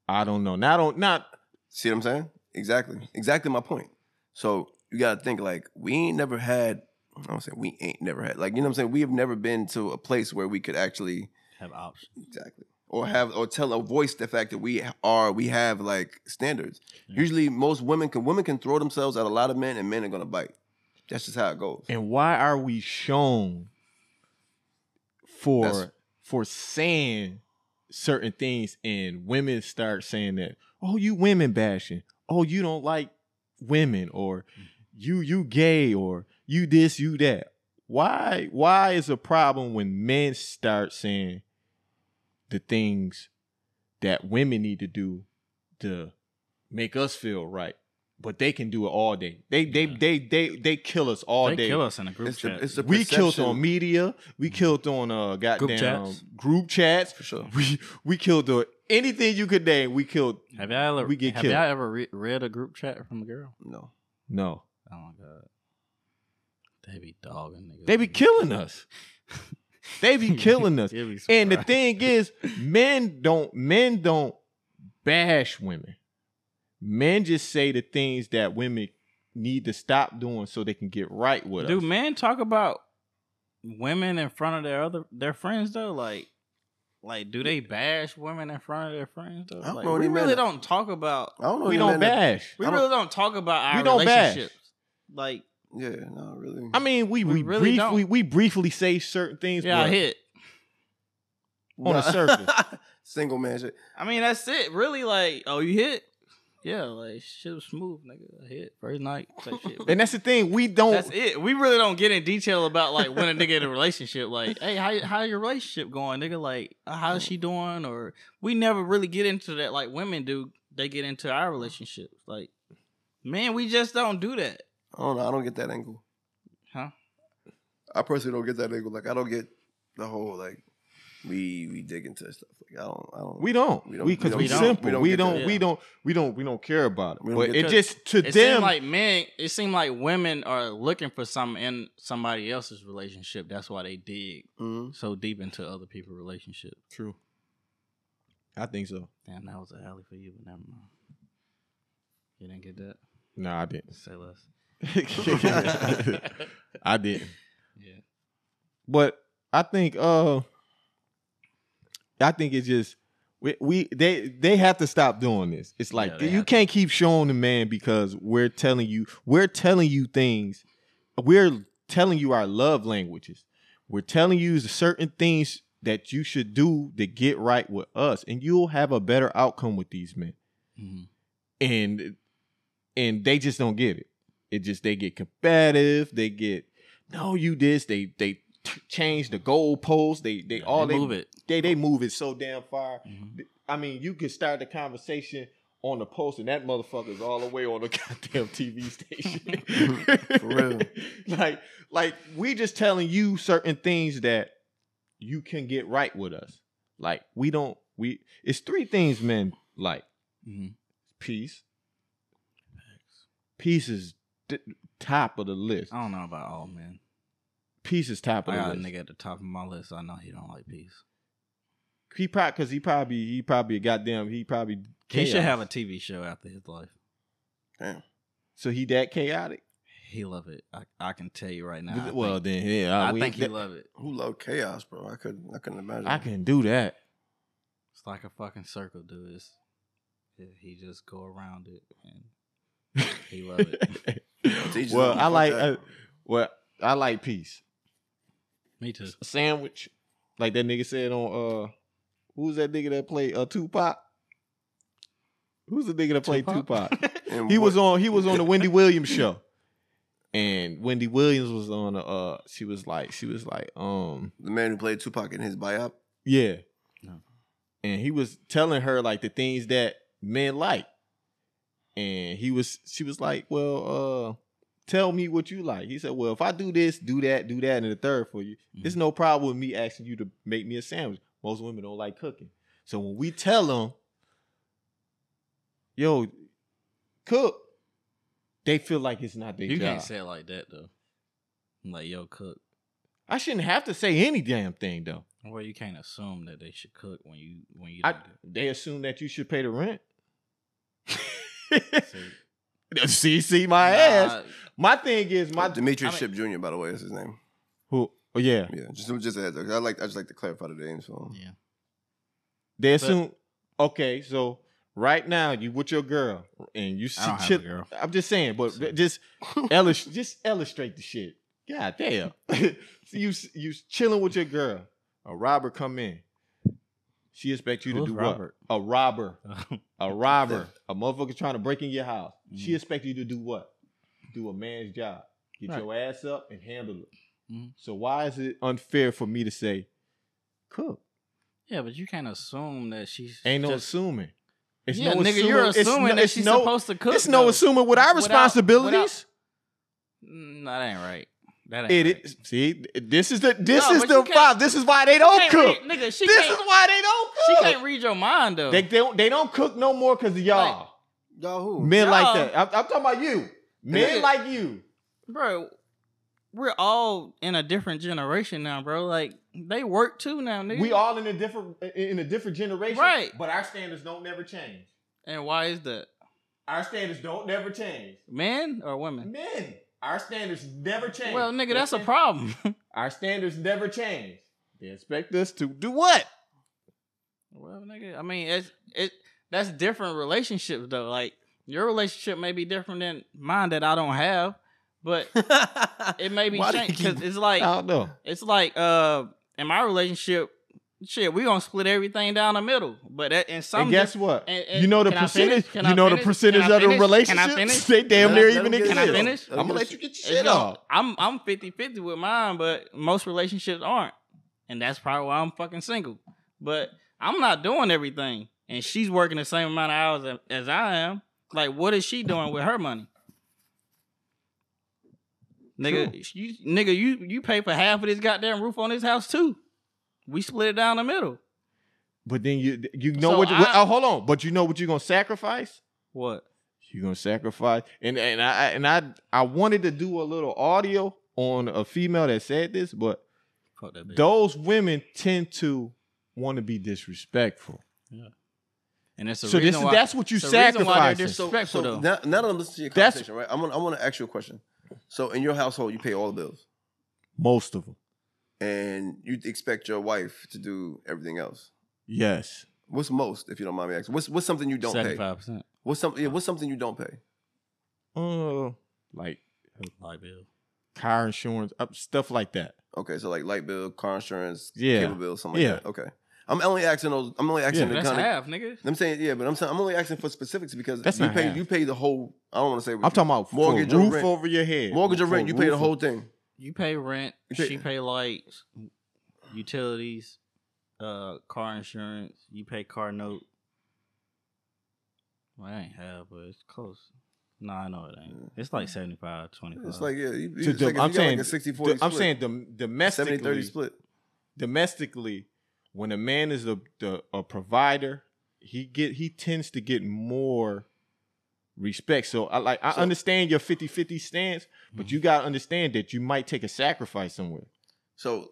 Speaker 1: I don't know. Now, I don't not
Speaker 3: See what I'm saying? Exactly. Exactly my point. So you gotta think like we ain't never had I don't say we ain't never had like you know what I'm saying? We have never been to a place where we could actually
Speaker 2: Have options.
Speaker 3: exactly or have or tell or voice the fact that we are we have like standards.
Speaker 2: Yeah.
Speaker 3: Usually most women can women can throw themselves at a lot of men and men are gonna bite. That's just how it goes.
Speaker 1: and why are we shown for
Speaker 3: That's-
Speaker 1: for saying certain things and women start saying that oh you women bashing oh you don't like women or you you gay or you this you that why why is a problem when men start saying the things that women need to do to make us feel right but they can do it all day they they
Speaker 2: Yeah.
Speaker 1: they, they they kill us all
Speaker 2: they
Speaker 1: day
Speaker 2: kill us in a group
Speaker 3: It's
Speaker 2: chat.
Speaker 3: the it's the
Speaker 1: we killed
Speaker 3: perception- Mm-hmm.
Speaker 1: on media. We killed on uh goddamn group chats.
Speaker 2: chats.
Speaker 3: for sure.
Speaker 1: We we killed on anything you could name. We killed
Speaker 2: have y'all ever,
Speaker 1: we get
Speaker 2: have
Speaker 1: killed.
Speaker 2: y'all ever re- read a group chat from a girl?
Speaker 3: No.
Speaker 1: no.
Speaker 2: Oh my god. They be dogging niggas.
Speaker 1: They be killing us. They
Speaker 2: [LAUGHS]
Speaker 1: be killing
Speaker 3: [LAUGHS]
Speaker 1: us.
Speaker 2: You'll be
Speaker 1: And the
Speaker 2: surprised.
Speaker 1: thing is, men don't men don't bash women. Men just say the things that women need to stop doing so they can get right with
Speaker 2: do
Speaker 1: us.
Speaker 2: men talk about women in front of their other their friends though? Like, like do they bash women in front of their friends though?
Speaker 3: I don't
Speaker 2: Like,
Speaker 3: know
Speaker 2: we
Speaker 3: any men
Speaker 2: really
Speaker 3: that-
Speaker 2: don't talk about
Speaker 3: I don't know.
Speaker 1: we
Speaker 3: any
Speaker 1: don't
Speaker 3: man that-
Speaker 1: bash.
Speaker 2: we
Speaker 3: I don't-
Speaker 2: really don't talk about our
Speaker 1: We don't bash.
Speaker 2: relationships. Like,
Speaker 3: Yeah, no, really.
Speaker 1: I mean, we
Speaker 2: We
Speaker 1: we,
Speaker 2: really
Speaker 1: briefly
Speaker 2: don't.
Speaker 1: we briefly say certain things.
Speaker 2: yeah, I
Speaker 1: but
Speaker 2: hit.
Speaker 1: on
Speaker 2: [LAUGHS]
Speaker 1: the surface.
Speaker 3: [LAUGHS] Single man shit.
Speaker 2: I mean, that's it. Really, like, oh, you hit? Yeah, like shit was smooth, nigga. I hit first night. Type [LAUGHS] shit.
Speaker 1: and that's the thing. We don't.
Speaker 2: That's it. We really don't get in detail about like when a nigga in a relationship. Like, hey, how how your relationship going, nigga? Like, uh, how's she doing? Or we never really get into that. Like women do, they get into our relationships. Like, man, we just don't do that.
Speaker 3: I don't know. I don't get that angle.
Speaker 2: Huh?
Speaker 3: I personally don't get that angle. Like I don't get the whole like we we dig into stuff. Like I don't I don't
Speaker 1: We don't.
Speaker 3: We
Speaker 1: We
Speaker 3: don't-
Speaker 1: because
Speaker 2: we
Speaker 1: we,
Speaker 2: don't-
Speaker 1: simple.
Speaker 3: we
Speaker 1: We
Speaker 3: don't
Speaker 1: don't.
Speaker 3: get
Speaker 1: We
Speaker 3: that.
Speaker 1: don't,
Speaker 2: Yeah.
Speaker 1: we don't. We don't. care about it.
Speaker 3: We don't
Speaker 1: But
Speaker 3: get
Speaker 1: it
Speaker 2: that.
Speaker 1: just to
Speaker 2: It seems
Speaker 1: them.
Speaker 2: like men. It seemed like women are looking for something in somebody else's relationship. That's why they dig
Speaker 3: Mhm.
Speaker 2: so deep into other people's relationships.
Speaker 1: true. I think so.
Speaker 2: Damn, that was an alley for you, but never mind. You didn't get that.
Speaker 1: No, I didn't. [LAUGHS]
Speaker 2: Say less. [LAUGHS]
Speaker 3: [LAUGHS]
Speaker 1: I didn't.
Speaker 2: yeah.
Speaker 1: But I think uh I think it's just we, we they they have to stop doing this. It's like
Speaker 2: Yeah, they
Speaker 1: you
Speaker 2: have to.
Speaker 1: can't keep showing the man because we're telling you we're telling you things. We're telling you our love languages. We're telling you the certain things that you should do to get right with us and you'll have a better outcome with these men.
Speaker 2: hmm
Speaker 1: And and they just don't get it. It just they get competitive, they get no you this, they they t- change the goalposts, they they all they
Speaker 2: move it.
Speaker 1: they they move it so damn far.
Speaker 2: Mhm.
Speaker 1: I mean, you can start the conversation on the post, and that motherfucker's all the way on the [LAUGHS] goddamn TV station.
Speaker 3: For real.
Speaker 1: [LAUGHS] like, like we just telling you certain things that you can get right with us. Like, we don't. We it's three things men like
Speaker 2: Mhm.
Speaker 1: peace. Peace is d- top of the list.
Speaker 2: I don't know about all men.
Speaker 1: Peace is top of
Speaker 2: I
Speaker 1: the
Speaker 2: got a
Speaker 1: list.
Speaker 2: Um, nigga at the top of my list. I know he don't like peace.
Speaker 1: He probably because he probably he probably a goddamn he probably
Speaker 2: He should
Speaker 1: chaos.
Speaker 2: have a TV show after his life.
Speaker 3: Damn.
Speaker 1: so he that chaotic.
Speaker 2: He love it. I, I can tell you right now. I
Speaker 1: well,
Speaker 2: think,
Speaker 1: then yeah,
Speaker 2: I
Speaker 1: we-
Speaker 2: think he
Speaker 1: that-
Speaker 2: love it.
Speaker 3: Who love chaos, bro? I couldn't. I couldn't imagine.
Speaker 1: I can do that.
Speaker 2: It's like a fucking circle, dude. It's, it- he just go around it, and he
Speaker 1: [LAUGHS]
Speaker 2: love it.
Speaker 3: Teach
Speaker 1: well,
Speaker 3: them.
Speaker 1: I
Speaker 3: Fuck
Speaker 1: like
Speaker 3: that.
Speaker 1: uh, well, I like peace
Speaker 2: Me too.
Speaker 1: sandwich, like that nigga said on uh, who's that nigga that played uh Tupac? Who's the nigga that played Tupac?
Speaker 3: [LAUGHS] And
Speaker 1: He
Speaker 3: what-
Speaker 1: was on he was on the
Speaker 3: [LAUGHS]
Speaker 1: Wendy Williams show, and Wendy Williams was on the uh, she was like she was like um
Speaker 3: the man who played Tupac in his biop.
Speaker 1: Yeah.
Speaker 2: No.
Speaker 1: And he was telling her like the things that men like. And he was she was like, Well, uh, tell me what you like. He said, Well, if I do this, do that, do that, and the third for you,
Speaker 2: Mm-hmm.
Speaker 1: it's no problem with me asking you to make me a sandwich. Most women don't like cooking. So when we tell them, yo, cook, they feel like it's not their
Speaker 2: you
Speaker 1: job.
Speaker 2: can't say it like that though. I'm like yo, cook.
Speaker 1: I shouldn't have to say any damn thing though.
Speaker 2: Well, you can't assume that they should cook when you when you.
Speaker 1: I,
Speaker 2: don't do
Speaker 1: they assume that you should pay the rent. [LAUGHS]
Speaker 2: it. See?
Speaker 1: see, see my
Speaker 2: Nah,
Speaker 1: ass. My thing is my
Speaker 3: Demetrius
Speaker 2: I
Speaker 3: Ship Jr. By the way, is his name.
Speaker 1: who. Oh yeah,
Speaker 3: Yeah, just just a heads up. I like. I just like to clarify the names. So
Speaker 2: Yeah.
Speaker 1: they assume. okay, so right now you with your girl and you.
Speaker 2: I
Speaker 1: See,
Speaker 2: don't have a
Speaker 1: chill-
Speaker 2: girl. [LAUGHS]
Speaker 1: I'm just saying, but
Speaker 2: So- [LAUGHS]
Speaker 1: just illust- just illustrate the shit. God damn. [LAUGHS] so you you chilling with your girl. A robber come in. She expect you to
Speaker 2: Who's
Speaker 1: do
Speaker 2: Robert?
Speaker 1: what? A robber. a robber, a motherfucker trying to break in your house. She
Speaker 2: Mhm.
Speaker 1: expect you to do what? Do a man's job. Get
Speaker 2: Right.
Speaker 1: your ass up and handle it.
Speaker 2: Mhm.
Speaker 1: So why is it unfair for me to say, cook?
Speaker 2: yeah, but you can't assume that she's
Speaker 1: Ain't no
Speaker 2: just-
Speaker 1: assuming. It's
Speaker 2: yeah,
Speaker 1: no
Speaker 2: nigga, you're
Speaker 1: it's
Speaker 2: assuming
Speaker 1: no-
Speaker 2: that
Speaker 1: it's
Speaker 2: she's
Speaker 1: no,
Speaker 2: supposed to cook.
Speaker 1: It's no
Speaker 2: though.
Speaker 1: assuming with our
Speaker 2: Without-
Speaker 1: responsibilities.
Speaker 2: Mm, No, that ain't right. That ain't
Speaker 1: It
Speaker 2: right.
Speaker 1: is see this is the this
Speaker 2: No,
Speaker 1: is
Speaker 2: but
Speaker 1: the
Speaker 2: you can't-
Speaker 1: vibe. This is why they don't
Speaker 2: Can't
Speaker 1: cook.
Speaker 2: read- nigga, she
Speaker 1: This is
Speaker 2: can't.
Speaker 1: why they don't
Speaker 2: she
Speaker 1: cook.
Speaker 2: can't read your mind though.
Speaker 1: they, they don't they don't cook no more because of y'all.
Speaker 2: Like,
Speaker 3: y'all who?
Speaker 1: Men like
Speaker 2: Y'all-
Speaker 1: that. I'm, I'm talking about you. Men
Speaker 2: Nigga.
Speaker 1: like you.
Speaker 2: bro, we're all in a different generation now, bro. Like they work too now, nigga.
Speaker 1: We all in a different in a different generation,
Speaker 2: Right.
Speaker 1: But our standards don't never change.
Speaker 2: And why is that?
Speaker 1: Our standards don't never change.
Speaker 2: Men or women?
Speaker 1: Men, our standards never change.
Speaker 2: Well, nigga, that's a
Speaker 1: Listen,
Speaker 2: problem. [LAUGHS]
Speaker 1: Our standards never change. They expect us to do what?
Speaker 2: well, nigga, I mean, it's it. That's different relationships though. Like your relationship may be different than mine that I don't have,
Speaker 1: [LAUGHS]
Speaker 2: but it may be
Speaker 3: Why do you
Speaker 2: changed
Speaker 3: keep-
Speaker 2: because it's like
Speaker 1: don't know.
Speaker 2: It's like uh in my relationship, shit, we gonna split everything down the middle. But that, in some
Speaker 1: and guess what?
Speaker 2: and- and
Speaker 1: you know the
Speaker 2: can I finish?
Speaker 1: percentage.
Speaker 2: Can
Speaker 1: You
Speaker 2: I
Speaker 1: know the
Speaker 2: finish? Can I
Speaker 1: percentage of the
Speaker 2: finish? Can I
Speaker 1: relationships.
Speaker 2: finish?
Speaker 1: They damn
Speaker 3: Let
Speaker 1: near
Speaker 3: him-
Speaker 1: even
Speaker 3: let him
Speaker 1: exist.
Speaker 3: get
Speaker 2: Can I finish?
Speaker 1: I'm gonna let you get your
Speaker 2: it's
Speaker 1: shit
Speaker 2: no-
Speaker 1: off.
Speaker 2: I'm I'm 50-50 with mine, but most relationships aren't. And that's probably why I'm fucking single. But I'm not doing everything. And she's working the same amount of hours as as I am. Like, what is she doing with her money? Nigga, you nigga, you you pay for half of this goddamn roof on this house too. We split it down the middle.
Speaker 1: But then you you know
Speaker 2: So
Speaker 1: what? You,
Speaker 2: I-
Speaker 1: oh, hold on. But you know what you're gonna sacrifice?
Speaker 2: What?
Speaker 1: you're gonna sacrifice and and i and i i wanted to do a little audio on a female that said this but
Speaker 2: Fuck that bitch.
Speaker 1: those women tend to want to be disrespectful
Speaker 2: Yeah. And it's a
Speaker 1: so
Speaker 2: reason
Speaker 1: this is
Speaker 2: why,
Speaker 1: that's what you
Speaker 2: it's a reason why
Speaker 1: sacrificing.
Speaker 2: they're dis- Respectful,
Speaker 3: so
Speaker 2: though.
Speaker 3: now, now that I'm listening to your
Speaker 1: That's-
Speaker 3: conversation, right? I'm gonna, I want to ask you a question. So in your household, you pay all the bills,
Speaker 1: Most of them.
Speaker 3: and you expect your wife to do everything else.
Speaker 1: Yes.
Speaker 3: What's most, if you don't mind me asking? What's what's something you don't pay?
Speaker 2: 75%
Speaker 3: What's something? Yeah, what's something you don't pay?
Speaker 1: Uh, like
Speaker 2: light bill.
Speaker 1: car insurance, up stuff like that.
Speaker 3: Okay, so like light bill, car insurance,
Speaker 1: Yeah.
Speaker 3: cable bill, something like
Speaker 1: Yeah.
Speaker 3: that. Okay, I'm only asking those. I'm only asking
Speaker 1: Yeah.
Speaker 3: the
Speaker 2: That's
Speaker 3: kind of.
Speaker 2: half, nigga.
Speaker 3: I'm saying yeah, but I'm saying I'm only asking for specifics because
Speaker 1: That's
Speaker 3: you
Speaker 1: not
Speaker 3: pay
Speaker 1: half.
Speaker 3: you pay the whole. I don't want to say
Speaker 1: I'm talking about
Speaker 3: Mortgage
Speaker 1: mortgage
Speaker 3: or
Speaker 1: roof
Speaker 3: rent.
Speaker 1: over your head.
Speaker 3: mortgage or
Speaker 1: For
Speaker 3: rent. You pay
Speaker 1: roof
Speaker 3: the whole
Speaker 1: o-
Speaker 3: thing.
Speaker 2: You pay rent,
Speaker 3: You pay-
Speaker 2: she pay lights, utilities, uh, car insurance. You pay car note. Well, I ain't have, but it's close. No, I know it ain't. It's like 75, 25.
Speaker 3: It's like yeah, you, you
Speaker 1: Uh, To
Speaker 3: it's
Speaker 1: dom-
Speaker 3: like,
Speaker 1: I'm
Speaker 3: I'm you saying got
Speaker 1: saying
Speaker 3: like a 60 40
Speaker 1: I'm saying dom-
Speaker 3: 70 30
Speaker 1: domestically,
Speaker 3: split.
Speaker 1: domestically, when a man is the, the a provider, he get he tends to get more respect. So I like I
Speaker 3: So-
Speaker 1: understand your 50-50 stance, but you gotta understand that you might take a sacrifice somewhere.
Speaker 3: So,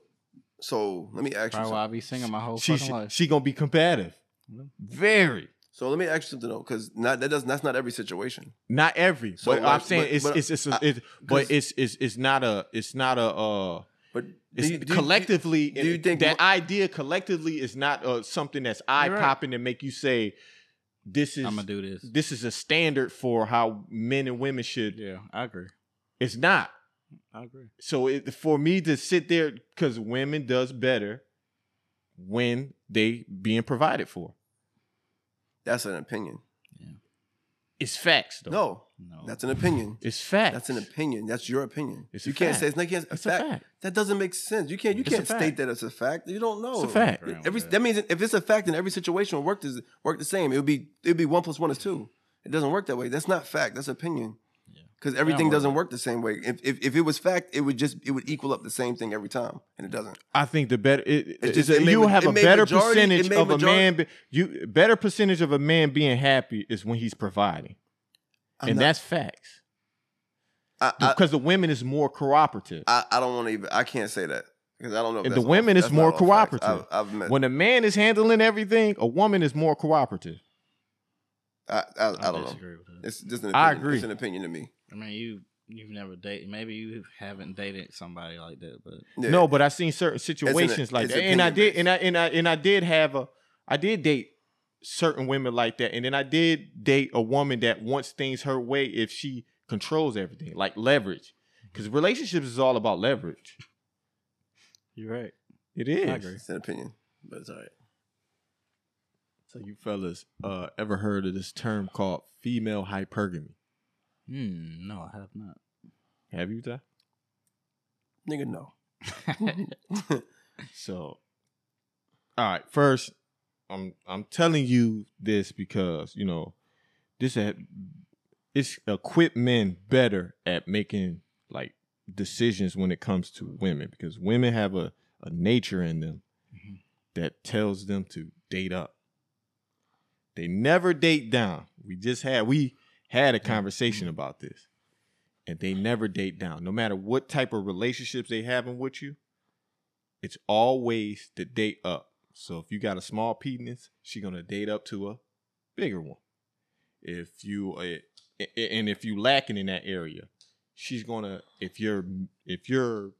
Speaker 3: so let me ask you.
Speaker 2: Mm-hmm. Probably why
Speaker 3: Something.
Speaker 2: I be singing my
Speaker 3: Oh,
Speaker 2: whole
Speaker 1: She,
Speaker 2: fucking
Speaker 1: she,
Speaker 2: life.
Speaker 1: she gonna be combative.
Speaker 2: Mhm.
Speaker 1: Very.
Speaker 3: So let me ask you something though, because not that does that's not every situation.
Speaker 1: Not every.
Speaker 3: So,
Speaker 1: but
Speaker 3: like,
Speaker 1: I'm saying
Speaker 3: but-
Speaker 1: it's,
Speaker 3: but
Speaker 1: it's it's
Speaker 3: I-
Speaker 1: a, it, but it's it's it's not a it's not a uh
Speaker 3: But
Speaker 1: It's
Speaker 3: do you- do you-
Speaker 1: collectively.
Speaker 3: do you
Speaker 1: it-
Speaker 3: think
Speaker 1: that
Speaker 3: mo-
Speaker 1: idea collectively is not uh, something that's eye
Speaker 2: You're right.
Speaker 1: popping to make you say this is
Speaker 2: I'm gonna do this.
Speaker 1: this is a standard for how men and women should?
Speaker 2: Yeah, I agree.
Speaker 1: It's not.
Speaker 2: I agree.
Speaker 1: So it, for me to sit there because women does better when they being provided for.
Speaker 3: that's an opinion.
Speaker 1: It's facts though.
Speaker 3: No,
Speaker 2: No,
Speaker 3: that's an opinion.
Speaker 1: it's Oh. facts.
Speaker 3: That's an opinion. That's your opinion.
Speaker 1: It's a
Speaker 3: you can't
Speaker 1: fact.
Speaker 3: say it's not can't, a,
Speaker 1: It's
Speaker 3: fact.
Speaker 1: a fact.
Speaker 3: That doesn't make sense. You can't. You
Speaker 1: It's a
Speaker 3: can't state
Speaker 1: fact.
Speaker 3: that it's a fact. You don't know.
Speaker 1: It's a fact.
Speaker 2: Ground
Speaker 3: Every
Speaker 2: that.
Speaker 3: that means if it's a fact, then every situation will work this work the same. It would be it would be one plus one is two. It doesn't work that way. That's not fact. That's opinion.
Speaker 2: Yeah.
Speaker 3: Because everything
Speaker 2: work
Speaker 3: doesn't
Speaker 2: that.
Speaker 3: work the same way. If, if if it was fact, it would just it would equal up the same thing every time, and it doesn't.
Speaker 1: I think the better it, it's
Speaker 3: just-
Speaker 1: a-
Speaker 3: it may-
Speaker 1: you'll have
Speaker 3: it
Speaker 1: a
Speaker 3: may
Speaker 1: better
Speaker 3: majority- it
Speaker 1: percentage
Speaker 3: may
Speaker 1: of
Speaker 3: majority-
Speaker 1: a man. Be, you better percentage of a man being happy is when he's providing,
Speaker 3: I'm
Speaker 1: and
Speaker 3: not-
Speaker 1: that's facts.
Speaker 3: I, I,
Speaker 1: Because the women is more cooperative.
Speaker 3: I, I don't want to even. I can't say that because I don't know. If
Speaker 1: And
Speaker 3: that's
Speaker 1: the
Speaker 3: all-
Speaker 1: women is
Speaker 3: that's
Speaker 1: more
Speaker 3: not all facts.
Speaker 1: cooperative.
Speaker 3: I've, I've met.
Speaker 1: when a man is handling everything, a woman is more cooperative.
Speaker 3: I, I, I don't know.
Speaker 2: disagree with that.
Speaker 3: It's just an opinion.
Speaker 1: I agree.
Speaker 3: It's an opinion to me.
Speaker 2: I mean, you you've never dated. Maybe you haven't dated somebody like that, but
Speaker 3: Yeah.
Speaker 1: No, but I've seen certain situations like
Speaker 3: it's
Speaker 1: that, and I did,
Speaker 3: opinion-based.
Speaker 1: and I and I and I did have a, I did date certain women like that, and then I did date a woman that wants things her way if she controls everything, like leverage, because relationships is all about leverage.
Speaker 2: you're right.
Speaker 1: It is.
Speaker 2: agree.
Speaker 3: it's an opinion, but it's all right.
Speaker 1: So you fellas uh, ever heard of this term called female hypergamy?
Speaker 2: Hmm. No, I have not.
Speaker 1: Have you, Ty?
Speaker 2: [LAUGHS]
Speaker 3: Nigga, no.
Speaker 1: So, all right. First, I'm I'm telling you this because you know this at it's equip men better at making like decisions when it comes to women because women have a a nature in them
Speaker 2: Mhm.
Speaker 1: that tells them to date up. They never date down. We just had we had a conversation about this. And they never date down. No matter what type of relationships they having with you, it's always the date up. So if you got a small penis, she gonna date up to a bigger one. If you uh, a- a- and if you lacking in that area, she's gonna if you're if you're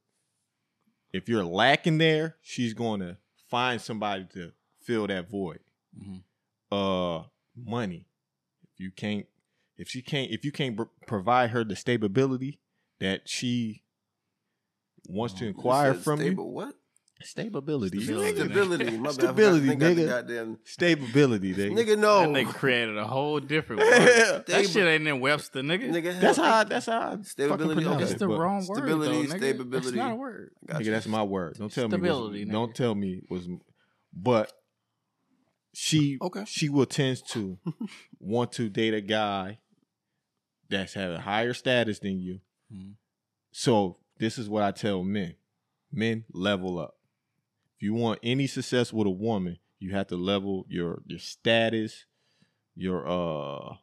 Speaker 1: if you're lacking there, she's gonna find somebody to fill that void.
Speaker 2: Mhm.
Speaker 1: Uh, money. If you can't, if she can't, if you can't br- provide her the stability that she wants to
Speaker 2: Oh, you
Speaker 1: inquire
Speaker 3: You said
Speaker 1: from you,
Speaker 3: stable, What?
Speaker 1: Stability.
Speaker 2: Stability.
Speaker 1: Nigga.
Speaker 3: Stability. My bad.
Speaker 1: Stability,
Speaker 3: I forgot the
Speaker 1: nigga.
Speaker 3: Goddamn.
Speaker 1: Stability, nigga.
Speaker 3: Nigga, no.
Speaker 2: That nigga created a whole
Speaker 3: [LAUGHS]
Speaker 2: different word.
Speaker 1: Yeah.
Speaker 2: that shit
Speaker 3: Oh. Stable-
Speaker 2: ain't in Webster, nigga.
Speaker 3: Nigga,
Speaker 1: That's
Speaker 3: hell.
Speaker 1: how. I- That's how. I
Speaker 3: Stability,
Speaker 1: fucking pronounce
Speaker 3: okay.
Speaker 2: That's
Speaker 1: it,
Speaker 2: the
Speaker 1: but-
Speaker 2: wrong
Speaker 3: Stability,
Speaker 2: word. Though, nigga.
Speaker 3: stability.
Speaker 2: That's not a word.
Speaker 3: Gotcha.
Speaker 1: Nigga, that's my word. Don't tell
Speaker 2: Stability,
Speaker 1: me.
Speaker 2: nigga.
Speaker 1: Was, don't tell me was. But she
Speaker 3: Okay.
Speaker 1: she will tends to want to date a guy that's having higher status than you.
Speaker 2: Mhm.
Speaker 1: So this is what I tell men: men level up. If you want any success with a woman, you have to level your your status, your uh,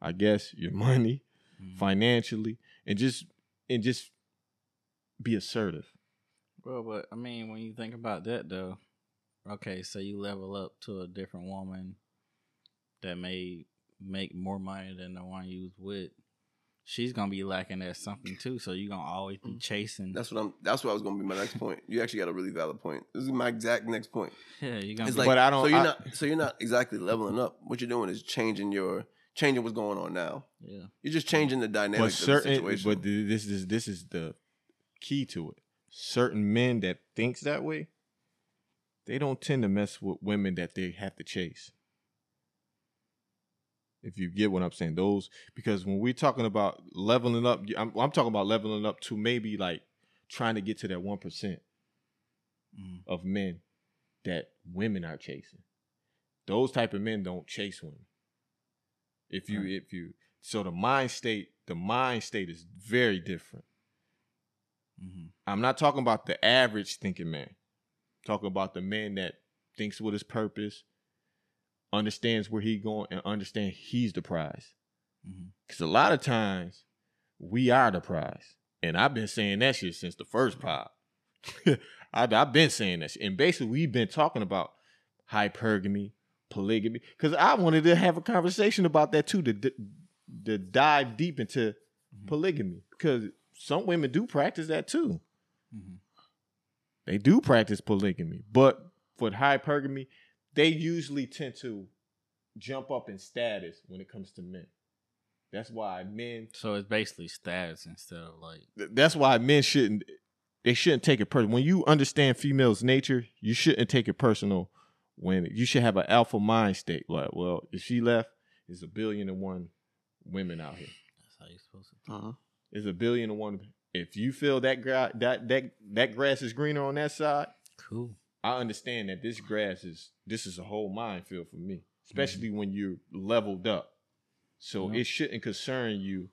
Speaker 1: I guess your money
Speaker 2: Mhm.
Speaker 1: financially, and just and just be assertive.
Speaker 2: Well, but I mean, when you think about that, though, okay, so you level up to a different woman that may make more money than the one you was with, she's gonna be lacking at something too. So you're gonna always be chasing.
Speaker 3: Mm. That's what I'm. That's what I was going to be my next point. You actually got a really valid point. This is my exact next point.
Speaker 2: yeah, you're gonna.
Speaker 3: It's
Speaker 2: Be,
Speaker 3: like,
Speaker 1: But I don't-
Speaker 3: So you're
Speaker 1: I-
Speaker 3: not. So you're not exactly leveling up. What you're doing is changing your changing what's going on now.
Speaker 2: yeah,
Speaker 3: You're just changing the dynamics
Speaker 1: but
Speaker 3: of the
Speaker 1: certain
Speaker 3: situation.
Speaker 1: but th- this is this is the key to it certain men that thinks that way they don't tend to mess with women that they have to chase if you get what i'm saying those because when we're talking about leveling up you- i'm, I'm talking about leveling up to maybe like trying to get to that 1%
Speaker 2: Mm.
Speaker 1: of men that women are chasing those type of men don't chase women if you
Speaker 2: Right.
Speaker 1: if you so the mind state the mind state is very different
Speaker 2: hmm
Speaker 1: i'm not talking about the average thinking man talking about the man that thinks with his purpose understands where he going and understand he's the prize
Speaker 2: hmm
Speaker 1: because a lot of times we are the prize and i've been saying that shit since the first pop [LAUGHS] I've, I've been saying that shit. and basically we've been talking about hypergamy polygamy because i wanted to have a conversation about that too to, d- to dive deep into
Speaker 2: Mhm.
Speaker 1: polygamy because some women do practice that too
Speaker 2: hmm
Speaker 1: they do practice polygamy but for hypergamy they usually tend to jump up in status when it comes to men that's why men
Speaker 2: So it's basically status instead of like.
Speaker 1: Th- that's why men shouldn't they shouldn't take it personal. When you understand females' nature, you shouldn't take it personal. When you should have an alpha mind state, like, well, if she left, there's a billion and one women out here.
Speaker 2: That's how you're supposed to.
Speaker 3: Mhm.
Speaker 1: There's a billion and one. If you feel that gra- that that that grass is greener on that side,
Speaker 2: Cool.
Speaker 1: I understand that this grass is this is a whole minefield for me, especially when you're leveled up. So
Speaker 2: Yeah.
Speaker 1: it shouldn't concern you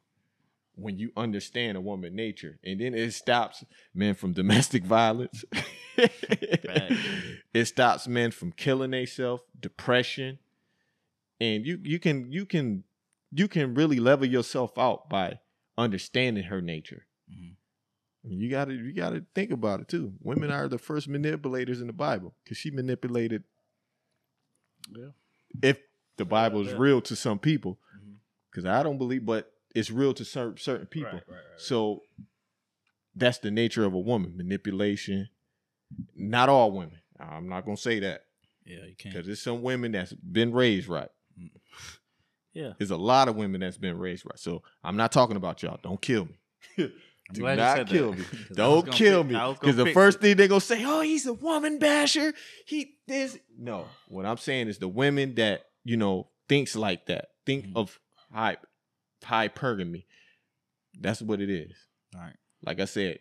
Speaker 1: when you understand a woman nature, and then it stops men from domestic [LAUGHS] violence. it stops men from killing themselves, depression, and you you can you can you can really level yourself out by understanding her nature.
Speaker 2: Mhm.
Speaker 1: You gotta you gotta think about it too. Women are the first manipulators in the Bible because she manipulated.
Speaker 2: Yeah.
Speaker 1: If the Bible is
Speaker 2: Yeah.
Speaker 1: real to some people,
Speaker 2: Mhm.
Speaker 1: because I don't believe, but it's real to certain certain people.
Speaker 2: Right, right, right.
Speaker 1: So that's the nature of a woman: manipulation. Not all women. I'm not gonna say that
Speaker 2: yeah, you
Speaker 1: because
Speaker 2: can't.
Speaker 1: there's some women that's been raised right.
Speaker 2: Yeah,
Speaker 1: There's a lot of women that's been raised right. So I'm not talking about y'all. Don't kill me.
Speaker 2: I'm
Speaker 1: Do
Speaker 2: glad you
Speaker 1: not
Speaker 2: said that,
Speaker 1: kill me.
Speaker 2: 'cause I was
Speaker 1: Don't
Speaker 2: gonna
Speaker 1: kill
Speaker 2: pick-
Speaker 1: me.
Speaker 2: I was gonna
Speaker 1: Because the
Speaker 2: pick
Speaker 1: first thing they're going to say, oh, he's a woman basher. He this. No. What I'm saying is the women that, you know, thinks like that, think
Speaker 2: Mhm.
Speaker 1: of hype, hypergamy. That's what it is.
Speaker 2: All right.
Speaker 1: Like I said,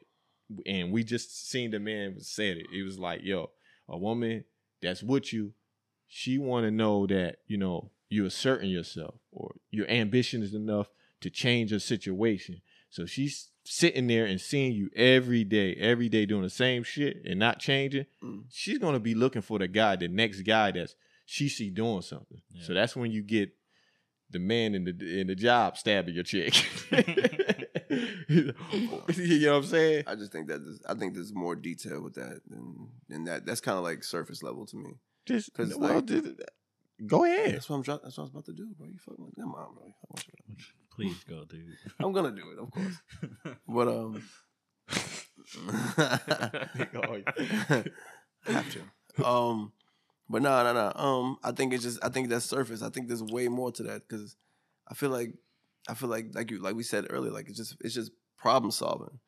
Speaker 1: and we just seen the man said it. It was like, yo, a woman that's with you, she want to know that, you know, you're asserting yourself or your ambition is enough to change her situation. So she's sitting there and seeing you every day, every day doing the same shit and not changing.
Speaker 3: Mm.
Speaker 1: She's gonna be looking for the guy, the next guy that's she see doing something.
Speaker 2: Yeah.
Speaker 1: So that's when you get the man in the in the job stabbing your chick. [LAUGHS] you know what I'm saying?
Speaker 3: I just think that this, I think there's more detail with that than, than that. That's kind of like surface level to me.
Speaker 1: Just
Speaker 3: 'Cause,
Speaker 1: well,
Speaker 3: like-
Speaker 1: just- go [LAUGHS] ahead.
Speaker 3: That's what I'm. dro- That's what I was about to do, bro. You fucking like, never mind, bro.
Speaker 2: Please go, [LAUGHS] dude.
Speaker 3: I'm gonna do it, of course. But um, [LAUGHS] have to. Um, but no, no, no. Um, I think it's just I think that's surface. I think there's way more to that because I feel like I feel like like you like we said earlier, like it's just it's just problem solving.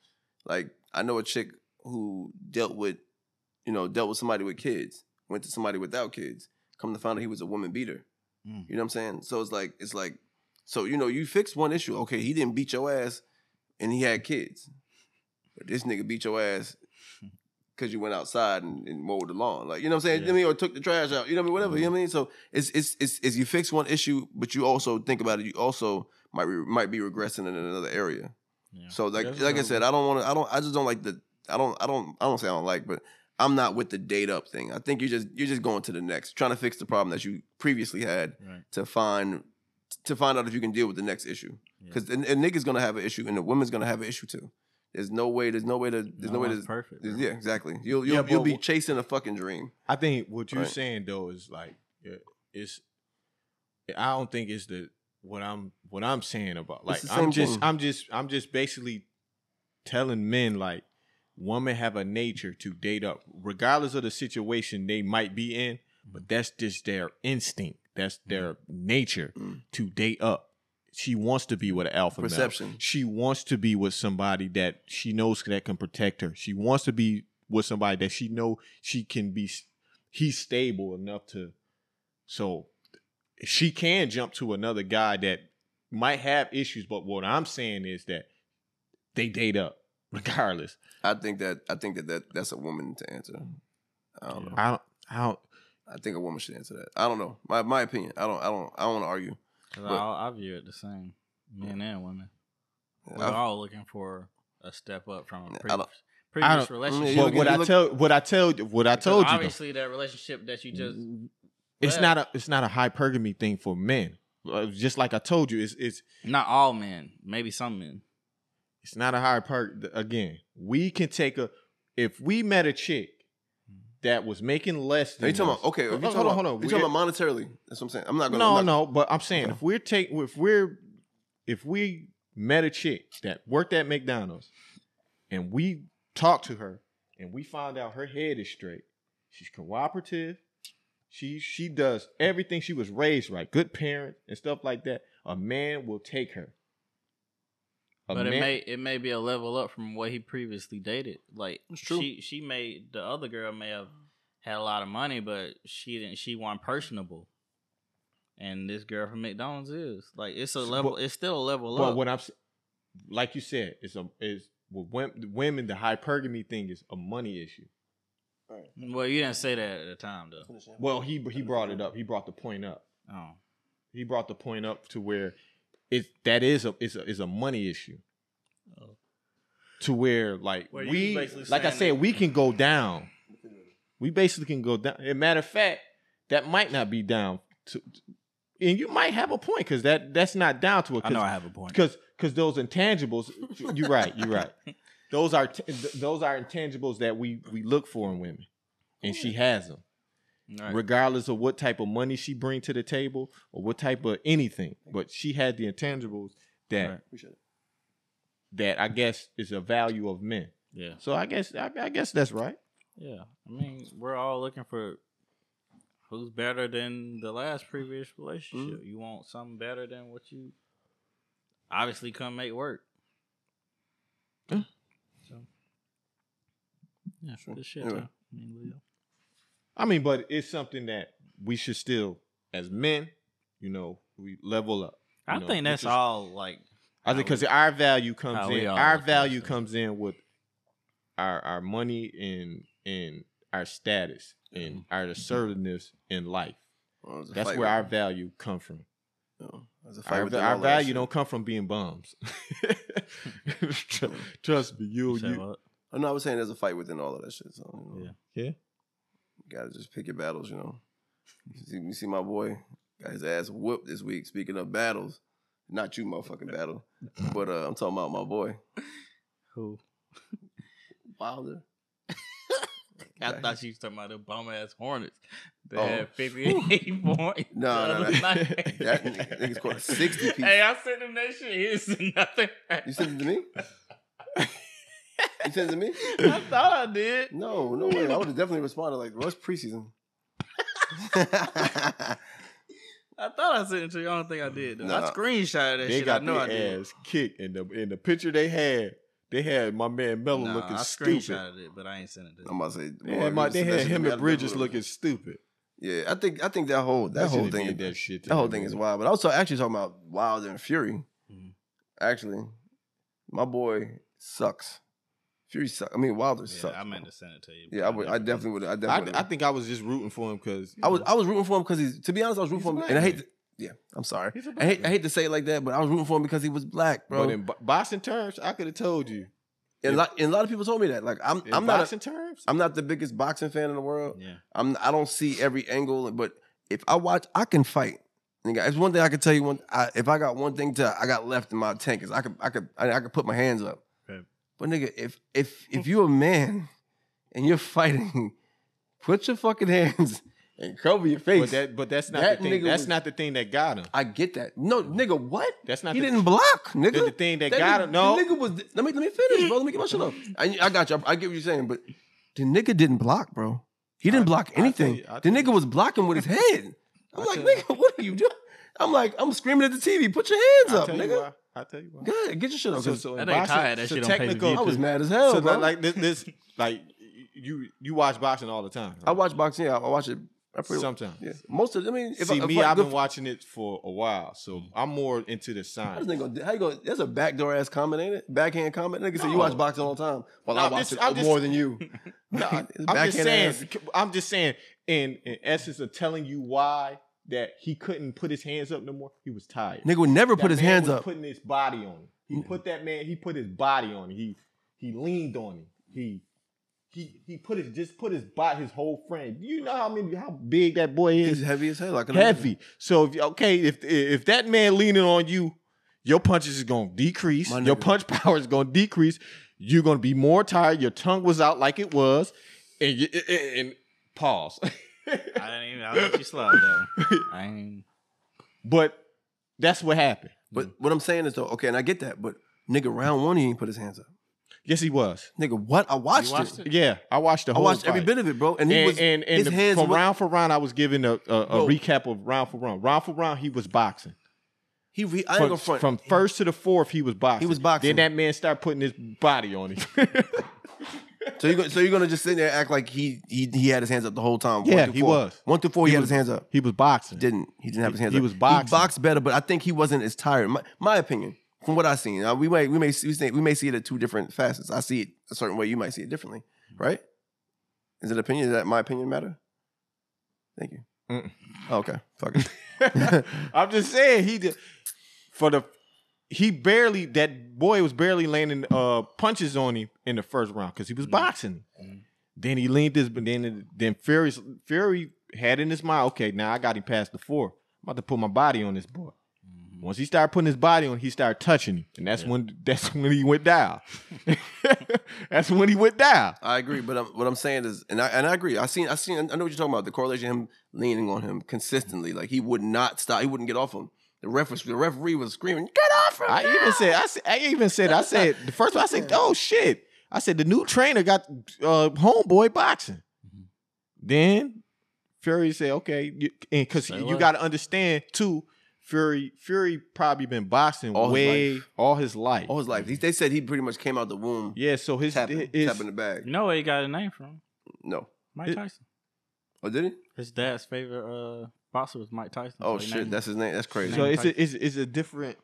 Speaker 3: Like I know a chick who dealt with, you know, dealt with somebody with kids, went to somebody without kids. Come to find out he was a woman beater.
Speaker 2: Mm.
Speaker 3: You know what I'm saying? So it's like it's like so you know you fix one issue. Okay, he didn't beat your ass, and he had kids, but this nigga beat
Speaker 2: [LAUGHS]
Speaker 3: your ass because you went outside and, and mowed the lawn. Like you know what I'm saying?
Speaker 2: Yeah.
Speaker 3: I mean, or took the trash out. You know what I mean? Whatever. You know what I mean? So it's it's it's, it's you fix one issue, but you also think about it. You also might re- might be regressing in another area.
Speaker 2: [LAUGHS] Yeah.
Speaker 3: So like
Speaker 1: That's
Speaker 3: like I
Speaker 1: not-
Speaker 3: said, I don't want to. I don't. I just don't like the. I don't. I don't. I don't say I don't like, but I'm not with the date up thing. I think you're just you're just going to the next, trying to fix the problem that you previously had
Speaker 2: Right.
Speaker 3: to find to find out if you can deal with the next issue.
Speaker 2: Yeah.
Speaker 3: Because a, a nigga's gonna have an issue, and the woman's gonna have an issue too. There's no way. There's no way to. There's no, way
Speaker 2: one's
Speaker 3: to.
Speaker 2: perfect.
Speaker 3: there's-
Speaker 2: bro.
Speaker 3: Yeah, exactly. You'll
Speaker 1: Yeah,
Speaker 3: you'll,
Speaker 1: but
Speaker 3: you'll be
Speaker 1: wh-
Speaker 3: chasing a fucking dream.
Speaker 1: I think what you're
Speaker 3: Right.
Speaker 1: saying though is like yeah, it's I don't think it's the what I'm what I'm saying about like
Speaker 3: It's the
Speaker 1: I'm
Speaker 3: same
Speaker 1: just
Speaker 3: thing.
Speaker 1: I'm just I'm just basically telling men like women have a nature to date up regardless of the situation they might be in but that's just their instinct that's their nature
Speaker 3: Mm.
Speaker 1: to date up she wants to be with an alpha male.
Speaker 3: Perception.
Speaker 1: she wants to be with somebody that she knows that can protect her she wants to be with somebody that she know she can be he's stable enough to so she can jump to another guy that might have issues, but what I'm saying is that they date up regardless.
Speaker 3: I think that I think that, that that's a woman to answer. I
Speaker 2: Oh.
Speaker 3: don't know.
Speaker 1: I don't, I don't.
Speaker 3: I think a woman should answer that. I don't know. My my opinion. I don't I don't I don't want to argue.
Speaker 2: Cause
Speaker 3: But-
Speaker 2: I, I view it the same, men and women. We're
Speaker 3: I-
Speaker 2: all looking for a step up from a
Speaker 3: I
Speaker 2: previous,
Speaker 3: don't-
Speaker 1: I
Speaker 2: previous
Speaker 1: don't-
Speaker 2: relationship.
Speaker 3: Yeah,
Speaker 1: But
Speaker 3: look
Speaker 1: what
Speaker 3: at-
Speaker 1: I
Speaker 3: you look-
Speaker 1: tell, what I tell, what I
Speaker 2: Because
Speaker 1: told you, though,
Speaker 2: Obviously, that relationship that you just
Speaker 1: it's
Speaker 2: yeah.
Speaker 1: not a, it's not a hypergamy thing for men. Uh, Just like I told you, it's it's
Speaker 2: not all men, maybe some men.
Speaker 1: it's not a hyper. Again, we can take a if we met a chick
Speaker 2: Mm-hmm.
Speaker 1: that was making less
Speaker 3: Are
Speaker 1: than
Speaker 3: you talking
Speaker 1: us-
Speaker 3: about okay? If you
Speaker 1: Hold on,
Speaker 3: talking
Speaker 1: hold on,
Speaker 3: about,
Speaker 1: hold on.
Speaker 3: You
Speaker 1: We're-
Speaker 3: talking about monetarily? That's what I'm saying. I'm not gonna.
Speaker 1: No,
Speaker 3: I'm
Speaker 1: no,
Speaker 3: not,
Speaker 1: but I'm saying if we're take if we're if we met a chick that worked at McDonald's and we talked to her and we found out her head is straight, she's cooperative, she she does everything she was raised right, good parent and stuff like that. A man will take her. A
Speaker 2: but it
Speaker 1: man-
Speaker 2: may it may be a level up from what he previously dated. Like
Speaker 3: It's true.
Speaker 2: she she may the other girl may have had a lot of money, but she didn't. She wasn't personable. And this girl from McDonald's is like it's a
Speaker 1: So,
Speaker 2: level.
Speaker 1: but-
Speaker 2: it's still a level
Speaker 1: But
Speaker 2: up.
Speaker 1: what I'm, s- like you said, it's a is with wom- women the hypergamy thing is a money issue.
Speaker 2: well, you didn't say that at the time though.
Speaker 1: Well, he he brought it up. He brought the point up.
Speaker 2: Oh,
Speaker 1: he brought the point up to where it that is a is a, is a money issue.
Speaker 2: Oh.
Speaker 1: To where like
Speaker 2: Where you
Speaker 1: we
Speaker 2: basically
Speaker 1: like I
Speaker 2: saying
Speaker 1: said
Speaker 2: that-
Speaker 1: we can go down. We basically can go down. As a matter of fact, that might not be down to, and you might have a point because that that's not down to it.
Speaker 2: I know I have a point.
Speaker 1: because because those intangibles. You're right. You're
Speaker 2: [LAUGHS]
Speaker 1: right. Those are t- th- those are intangibles that we we look for in women, and she has them
Speaker 2: Right.
Speaker 1: regardless of what type of money she bring to the table or what type of anything. But she had the intangibles that
Speaker 2: Right.
Speaker 3: Appreciate it.
Speaker 1: that I guess is a value of men.
Speaker 2: Yeah,
Speaker 1: So I guess I, I guess that's right.
Speaker 2: yeah. I mean, we're all looking for who's better than the last previous relationship. You want something better than what you obviously come make work.
Speaker 1: Yeah.
Speaker 2: So, yeah,
Speaker 3: Sure.
Speaker 2: good shit.
Speaker 3: Anyway.
Speaker 2: though. I mean, Leo.
Speaker 1: I mean, but it's something that we should still, as men, you know, we level up. You
Speaker 2: I
Speaker 1: know,
Speaker 2: think
Speaker 1: we
Speaker 2: that's
Speaker 1: just-
Speaker 2: all. Like,
Speaker 1: I think
Speaker 2: how
Speaker 1: because our value comes
Speaker 2: how we
Speaker 1: in,
Speaker 2: all
Speaker 1: our
Speaker 2: look at
Speaker 1: value
Speaker 2: stuff.
Speaker 1: comes in with our our money and and our status
Speaker 2: Mm-hmm.
Speaker 1: and our assertiveness in life.
Speaker 3: Well, it was a
Speaker 1: That's
Speaker 3: fight
Speaker 1: where our
Speaker 3: with-
Speaker 1: value come from.
Speaker 3: you know, it was a fight
Speaker 1: Our,
Speaker 3: with
Speaker 1: va-
Speaker 3: them
Speaker 1: our
Speaker 3: all last
Speaker 1: value
Speaker 3: year.
Speaker 1: don't come from being bums. [LAUGHS] Tr- Trust me, you,
Speaker 2: you said
Speaker 1: [LAUGHS] you
Speaker 2: what?
Speaker 3: Oh, no, I was saying there's a fight within all of that shit. So you
Speaker 2: uh,
Speaker 3: know,
Speaker 2: Yeah.
Speaker 1: Yeah.
Speaker 3: you gotta just pick your battles. You know, you see, you see my boy got his ass whooped this week. Speaking of battles, not
Speaker 1: [LAUGHS]
Speaker 3: you, motherfucking battle, but uh, I'm talking about my boy
Speaker 2: who?
Speaker 1: [LAUGHS]
Speaker 3: Wilder.
Speaker 2: I
Speaker 3: Okay.
Speaker 2: thought you was talking about the bum ass Hornets. They
Speaker 3: Oh.
Speaker 2: had 58 [LAUGHS] points. the
Speaker 3: No, no,
Speaker 2: other
Speaker 3: no.
Speaker 2: night.
Speaker 3: That nigga- nigga scored 60 piece.
Speaker 2: Hey, I sent him that shit. [LAUGHS] He didn't send nothing.
Speaker 3: You sent it to me.
Speaker 1: [LAUGHS]
Speaker 3: you sent it to me.
Speaker 2: I thought I did.
Speaker 3: No, no way. I would have definitely responded like, "Rush preseason." [LAUGHS]
Speaker 2: I thought I sent it to you. I don't think I did. Though.
Speaker 3: Nah.
Speaker 2: I screenshotted that
Speaker 1: they
Speaker 2: shit.
Speaker 1: got
Speaker 2: I know I
Speaker 1: their
Speaker 2: did.
Speaker 1: ass kicked in the in the picture they had. They had my man Mello
Speaker 2: Nah,
Speaker 1: looking
Speaker 2: I
Speaker 1: stupid.
Speaker 2: screenshotted it, but I ain't sent it to
Speaker 3: I'm
Speaker 2: you.
Speaker 3: about to say
Speaker 1: They had, my, they
Speaker 3: that
Speaker 1: had him
Speaker 3: shit to me,
Speaker 1: and
Speaker 3: I'd have
Speaker 1: Bridges
Speaker 3: been-
Speaker 1: looking stupid.
Speaker 3: Yeah, I think I think that whole that
Speaker 1: They
Speaker 3: whole
Speaker 1: should've
Speaker 3: thing
Speaker 1: did that shit. to
Speaker 3: that whole
Speaker 1: me,
Speaker 3: thing is
Speaker 1: man. Mm-hmm.
Speaker 3: wild. But I was ta- actually talking about Wilder and Fury.
Speaker 2: Mhm.
Speaker 3: Actually, my boy sucks. Fury sucks. I mean Wilder
Speaker 2: Yeah,
Speaker 3: sucks.
Speaker 2: I meant
Speaker 3: bro.
Speaker 2: to send it to you.
Speaker 3: Yeah, I, would, I definitely would. I
Speaker 1: I,
Speaker 3: definitely.
Speaker 1: I think I was just rooting for him because
Speaker 3: I was I was rooting for him because he's. To be honest, I was
Speaker 1: He's
Speaker 3: rooting for
Speaker 1: a
Speaker 3: him,
Speaker 1: black
Speaker 3: and I hate.
Speaker 1: man.
Speaker 3: To, yeah, I'm sorry.
Speaker 1: He's a
Speaker 3: I
Speaker 1: black
Speaker 3: hate, I
Speaker 1: man.
Speaker 3: hate to say it like that, but I was rooting for him because he was black, bro.
Speaker 1: But in bo- boxing terms, I could have told you.
Speaker 3: and, a lot, and a lot of people told me that. Like I'm,
Speaker 1: In
Speaker 3: I'm not, a,
Speaker 1: boxing terms.
Speaker 3: I'm not the biggest boxing fan in the world.
Speaker 2: Yeah.
Speaker 3: I'm I don't see every angle, but if I watch, I can fight. Nigga, it's one thing I can tell you. One, I, if I got one thing to, I got left in my tank is I could, I could, I, I could put my hands up.
Speaker 2: Right.
Speaker 3: But nigga, if [LAUGHS] if if you're a man and you're fighting, put your fucking hands and cover your face.
Speaker 1: But that but that's not
Speaker 3: That
Speaker 1: the thing.
Speaker 3: nigga
Speaker 1: That's
Speaker 3: was-
Speaker 1: not the thing that got him.
Speaker 3: I get that. No, nigga, what?
Speaker 1: That's not
Speaker 3: He
Speaker 1: the-
Speaker 3: didn't block, nigga.
Speaker 1: the thing that got
Speaker 3: nigga-
Speaker 1: him- no.
Speaker 3: the nigga was. Let me let me finish, bro. Let me get my shit up. I, I got you. I, I get what you're saying, but the nigga didn't block, bro. He didn't
Speaker 1: I-
Speaker 3: block
Speaker 1: I tell
Speaker 3: anything.
Speaker 1: you, I
Speaker 3: the
Speaker 1: tell
Speaker 3: nigga
Speaker 1: you.
Speaker 3: was blocking
Speaker 1: [LAUGHS]
Speaker 3: with his head. I'm
Speaker 1: I
Speaker 3: like,
Speaker 1: tell you.
Speaker 3: nigga, what are you doing? I'm like, I'm screaming at the TV. Put your hands
Speaker 1: I
Speaker 3: up,
Speaker 1: tell you
Speaker 3: nigga.
Speaker 1: why. I tell you why.
Speaker 3: Go ahead, get your shit up. 'cause
Speaker 2: That nigga tired of that shit on pay-per-view,
Speaker 3: I was
Speaker 2: too.
Speaker 3: mad as hell,
Speaker 1: so
Speaker 3: bro.
Speaker 1: like, like this, this like you you watch boxing all the time.
Speaker 3: I
Speaker 1: right?
Speaker 3: watch boxing. Yeah, I watch it. I pretty,
Speaker 1: sometimes.
Speaker 3: yeah, most of. I mean, if
Speaker 1: See
Speaker 3: I, if
Speaker 1: me,
Speaker 3: I,
Speaker 1: I've
Speaker 3: good-
Speaker 1: been watching it for a while, so I'm more into the
Speaker 3: How
Speaker 1: science.
Speaker 3: this nigga gonna- how you gonna? That's a backdoor ass comment, ain't it? Backhand comment. Nigga said you
Speaker 1: No.
Speaker 3: watch boxing all the time. Well, I
Speaker 1: No, I'm
Speaker 3: watch
Speaker 1: just-
Speaker 3: it
Speaker 1: I'm just-
Speaker 3: more
Speaker 1: [LAUGHS]
Speaker 3: than you. [LAUGHS]
Speaker 1: No, I-
Speaker 3: It's
Speaker 1: I'm just
Speaker 3: backhand
Speaker 1: saying.
Speaker 3: ass.
Speaker 1: I'm just saying. In in essence of telling you why that he couldn't put his hands up no more, he was tired.
Speaker 3: Nigga would never
Speaker 1: That
Speaker 3: put his
Speaker 1: man
Speaker 3: hands
Speaker 1: was
Speaker 3: up.
Speaker 1: Putting his body on him. He put that man. He put his body on him. He he leaned on him. He he he put his just put his body his whole frame. Do you know how many how big that boy
Speaker 3: He's
Speaker 1: is?
Speaker 3: heavy as hell. Like
Speaker 1: Heavy. So if okay, if if that man leaning on you, your punches is gonna decrease.
Speaker 3: My
Speaker 1: Your
Speaker 3: nigga.
Speaker 1: punch [LAUGHS] power is gonna decrease. You're gonna be more tired. Your tongue was out like it was, and you, and, and pause. [LAUGHS]
Speaker 2: I didn't even. I let you slide that one. I ain't. even-
Speaker 1: but that's what happened.
Speaker 3: But what I'm saying is though, okay, and I get that. But nigga, round one, he ain't put his hands up.
Speaker 1: Yes, he was.
Speaker 3: Nigga, what? I watched,
Speaker 2: watched
Speaker 3: it.
Speaker 2: it?
Speaker 1: Yeah, I watched the
Speaker 3: I
Speaker 1: whole.
Speaker 3: watched every
Speaker 1: fight.
Speaker 3: bit of it, bro. And he
Speaker 1: and,
Speaker 3: was
Speaker 1: and, and
Speaker 3: his
Speaker 1: the-
Speaker 3: hands
Speaker 1: from
Speaker 3: were-
Speaker 1: round for round, I was giving a, a, a
Speaker 3: Bro.
Speaker 1: recap of round for round. Round for round, he was boxing.
Speaker 3: He, he I ain't
Speaker 1: From,
Speaker 3: gonna front.
Speaker 1: from first to the fourth, he was boxing.
Speaker 3: was boxing.
Speaker 1: Then that man started putting his body on him. [LAUGHS]
Speaker 3: So you are so you're gonna just sit there and act like he he he had his hands up the whole time.
Speaker 1: Yeah,
Speaker 3: through
Speaker 1: he
Speaker 3: four.
Speaker 1: was.
Speaker 3: One through four, he,
Speaker 1: He
Speaker 3: had
Speaker 1: was-
Speaker 3: his hands up.
Speaker 1: he was boxing.
Speaker 3: Didn't he? Didn't have his hands
Speaker 1: He
Speaker 3: up.
Speaker 1: was boxing.
Speaker 3: He boxed better, but I think he wasn't as tired. My, my opinion, from what I seen, now, we may we may see, we see- we may see it at two different facets. I see it a certain way. You might see it differently,
Speaker 1: Mm-hmm.
Speaker 3: right? Is it opinion? Does that my opinion matter? Thank you.
Speaker 1: Mm-mm.
Speaker 3: Oh, okay, fuck
Speaker 1: [LAUGHS]
Speaker 3: it.
Speaker 1: I'm just saying he did for the he barely that boy was barely landing uh punches on him in the first round because he was boxing. Then he leaned his but then then Fury Fury had in his mind, okay, now I got him past the four. I'm about to put my body on this boy.
Speaker 2: mm-hmm.
Speaker 1: Once he started putting his body on, he started touching him, and that's when that's [LAUGHS] when he went down. that's when he went down.
Speaker 3: I agree, but I'm, what I'm saying is, and I and I agree. I seen I seen I know what you're talking about. The correlation him leaning on him consistently, like he would not stop. He wouldn't get off him. The referee the referee was screaming, "Get off him!"
Speaker 1: I even said, I said, I even said, I said, the first one, I said, oh shit. I said, the new trainer got uh, homeboy boxing.
Speaker 3: Mm-hmm.
Speaker 1: Then Fury said, okay, because
Speaker 2: Say
Speaker 1: you,
Speaker 2: what?
Speaker 1: got to understand too, Fury, Fury probably been boxing
Speaker 3: All his
Speaker 1: way
Speaker 3: life.
Speaker 1: all his life.
Speaker 3: all his life. He, they said he pretty much came out the womb
Speaker 1: yeah, so his,
Speaker 3: tapping,
Speaker 1: his-
Speaker 3: tapping the bag.
Speaker 2: You know where he got his name from?
Speaker 3: No,
Speaker 2: Mike
Speaker 1: It-
Speaker 2: Tyson.
Speaker 3: oh did he?
Speaker 2: His dad's favorite uh, boxer was Mike Tyson.
Speaker 3: Oh
Speaker 2: so he
Speaker 3: shit,
Speaker 2: named-
Speaker 3: that's his name. That's crazy.
Speaker 1: so it's a, it's, it's a different,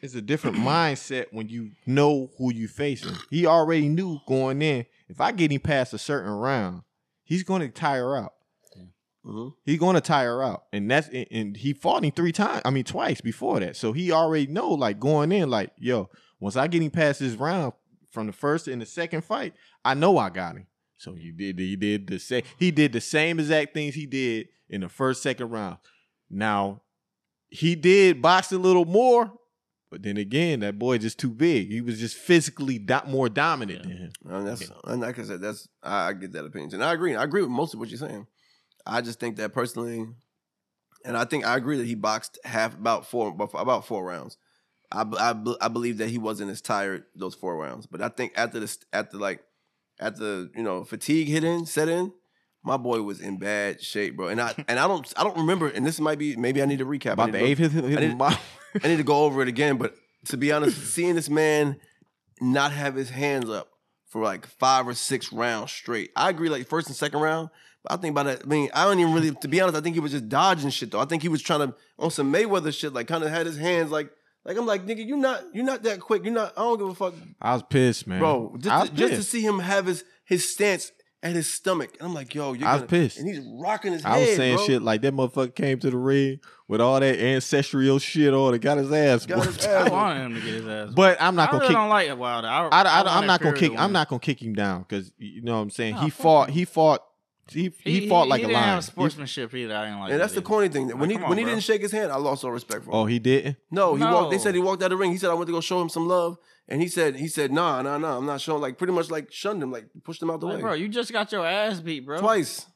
Speaker 1: it's a different [CLEARS THROAT] mindset when you know who you facing. He already knew going in. If I get him past a certain round, he's going to tire out.
Speaker 3: Mhm.
Speaker 1: He gonna tire out, and that's and, and he fought him three times. I mean, twice before that, so he already know like going in like yo. Once I get him past this round from the first and the second fight, I know I got him. So he did. He did the same. He did the same exact things he did in the first second round. Now he did box a little more, but then again, that boy just too big. He was just physically do- more dominant than him.
Speaker 3: And that's and like I said, that's I, I get that opinion, and I agree. I agree with most of what you're saying. I just think that personally, and I think I agree that he boxed half about four about four rounds. I b- I, b- I believe that he wasn't as tired those four rounds, but I think after this after like after you know fatigue hit in set in, my boy was in bad shape, bro. And I and I don't I don't remember, and this might be maybe I need to recap I
Speaker 1: About
Speaker 3: need
Speaker 1: the
Speaker 3: to go-
Speaker 1: eighth, his, his
Speaker 3: [LAUGHS] I didn't-
Speaker 1: mouth-
Speaker 3: I need to go over it again, but to be honest, seeing this man not have his hands up for like five or six rounds straight, I agree. Like first and second round, but I think about that. I mean, I don't even really. To be honest, I think he was just dodging shit though. I think he was trying to on some Mayweather shit, like kind of had his hands like. Like I'm like nigga, you're not you're not that quick. You're not. I don't give a fuck,
Speaker 1: [LAUGHS] I was pissed, man,
Speaker 3: bro.
Speaker 1: I
Speaker 3: Just
Speaker 1: was
Speaker 3: to, just to
Speaker 1: pissed.
Speaker 3: see him have his his stance at his stomach, and I'm like, yo, you're
Speaker 1: I was
Speaker 3: gonna-
Speaker 1: pissed.
Speaker 3: And he's rocking his
Speaker 1: I
Speaker 3: head.
Speaker 1: was saying
Speaker 3: bro.
Speaker 1: shit like that motherfucker came to the ring with all that ancestral shit on it, got his ass.
Speaker 3: Got his
Speaker 1: whooped.
Speaker 3: ass
Speaker 2: I wanted him to get his ass.
Speaker 1: but I'm not
Speaker 2: I
Speaker 1: gonna
Speaker 2: really
Speaker 1: kick.
Speaker 2: don't like Wilder. I,
Speaker 1: I,
Speaker 2: I
Speaker 1: am
Speaker 2: wanted
Speaker 1: not gonna
Speaker 2: Fury
Speaker 1: kick.
Speaker 2: to
Speaker 1: I'm
Speaker 2: win.
Speaker 1: not gonna kick him down because you know what I'm saying.
Speaker 2: Nah,
Speaker 1: he
Speaker 2: fuck
Speaker 1: fought.
Speaker 2: him.
Speaker 1: He fought. He he, fought like a
Speaker 2: didn't
Speaker 1: lion.
Speaker 2: Have sportsmanship either. I didn't like.
Speaker 3: and
Speaker 2: that
Speaker 3: that's the
Speaker 2: either.
Speaker 3: corny thing. When he
Speaker 2: Like, come on,
Speaker 3: when he
Speaker 2: bro.
Speaker 3: didn't shake his hand, I lost all respect for him.
Speaker 1: oh, he didn't.
Speaker 3: No, he walked. They
Speaker 2: No.
Speaker 3: said he walked out of the ring. He said, "I went to go show him some love," and he said, "He said, nah, nah, nah, I'm not showing." Like pretty much like shunned him, like pushed him out the
Speaker 2: Like,
Speaker 3: way
Speaker 2: bro, you just got your ass beat, bro.
Speaker 3: twice.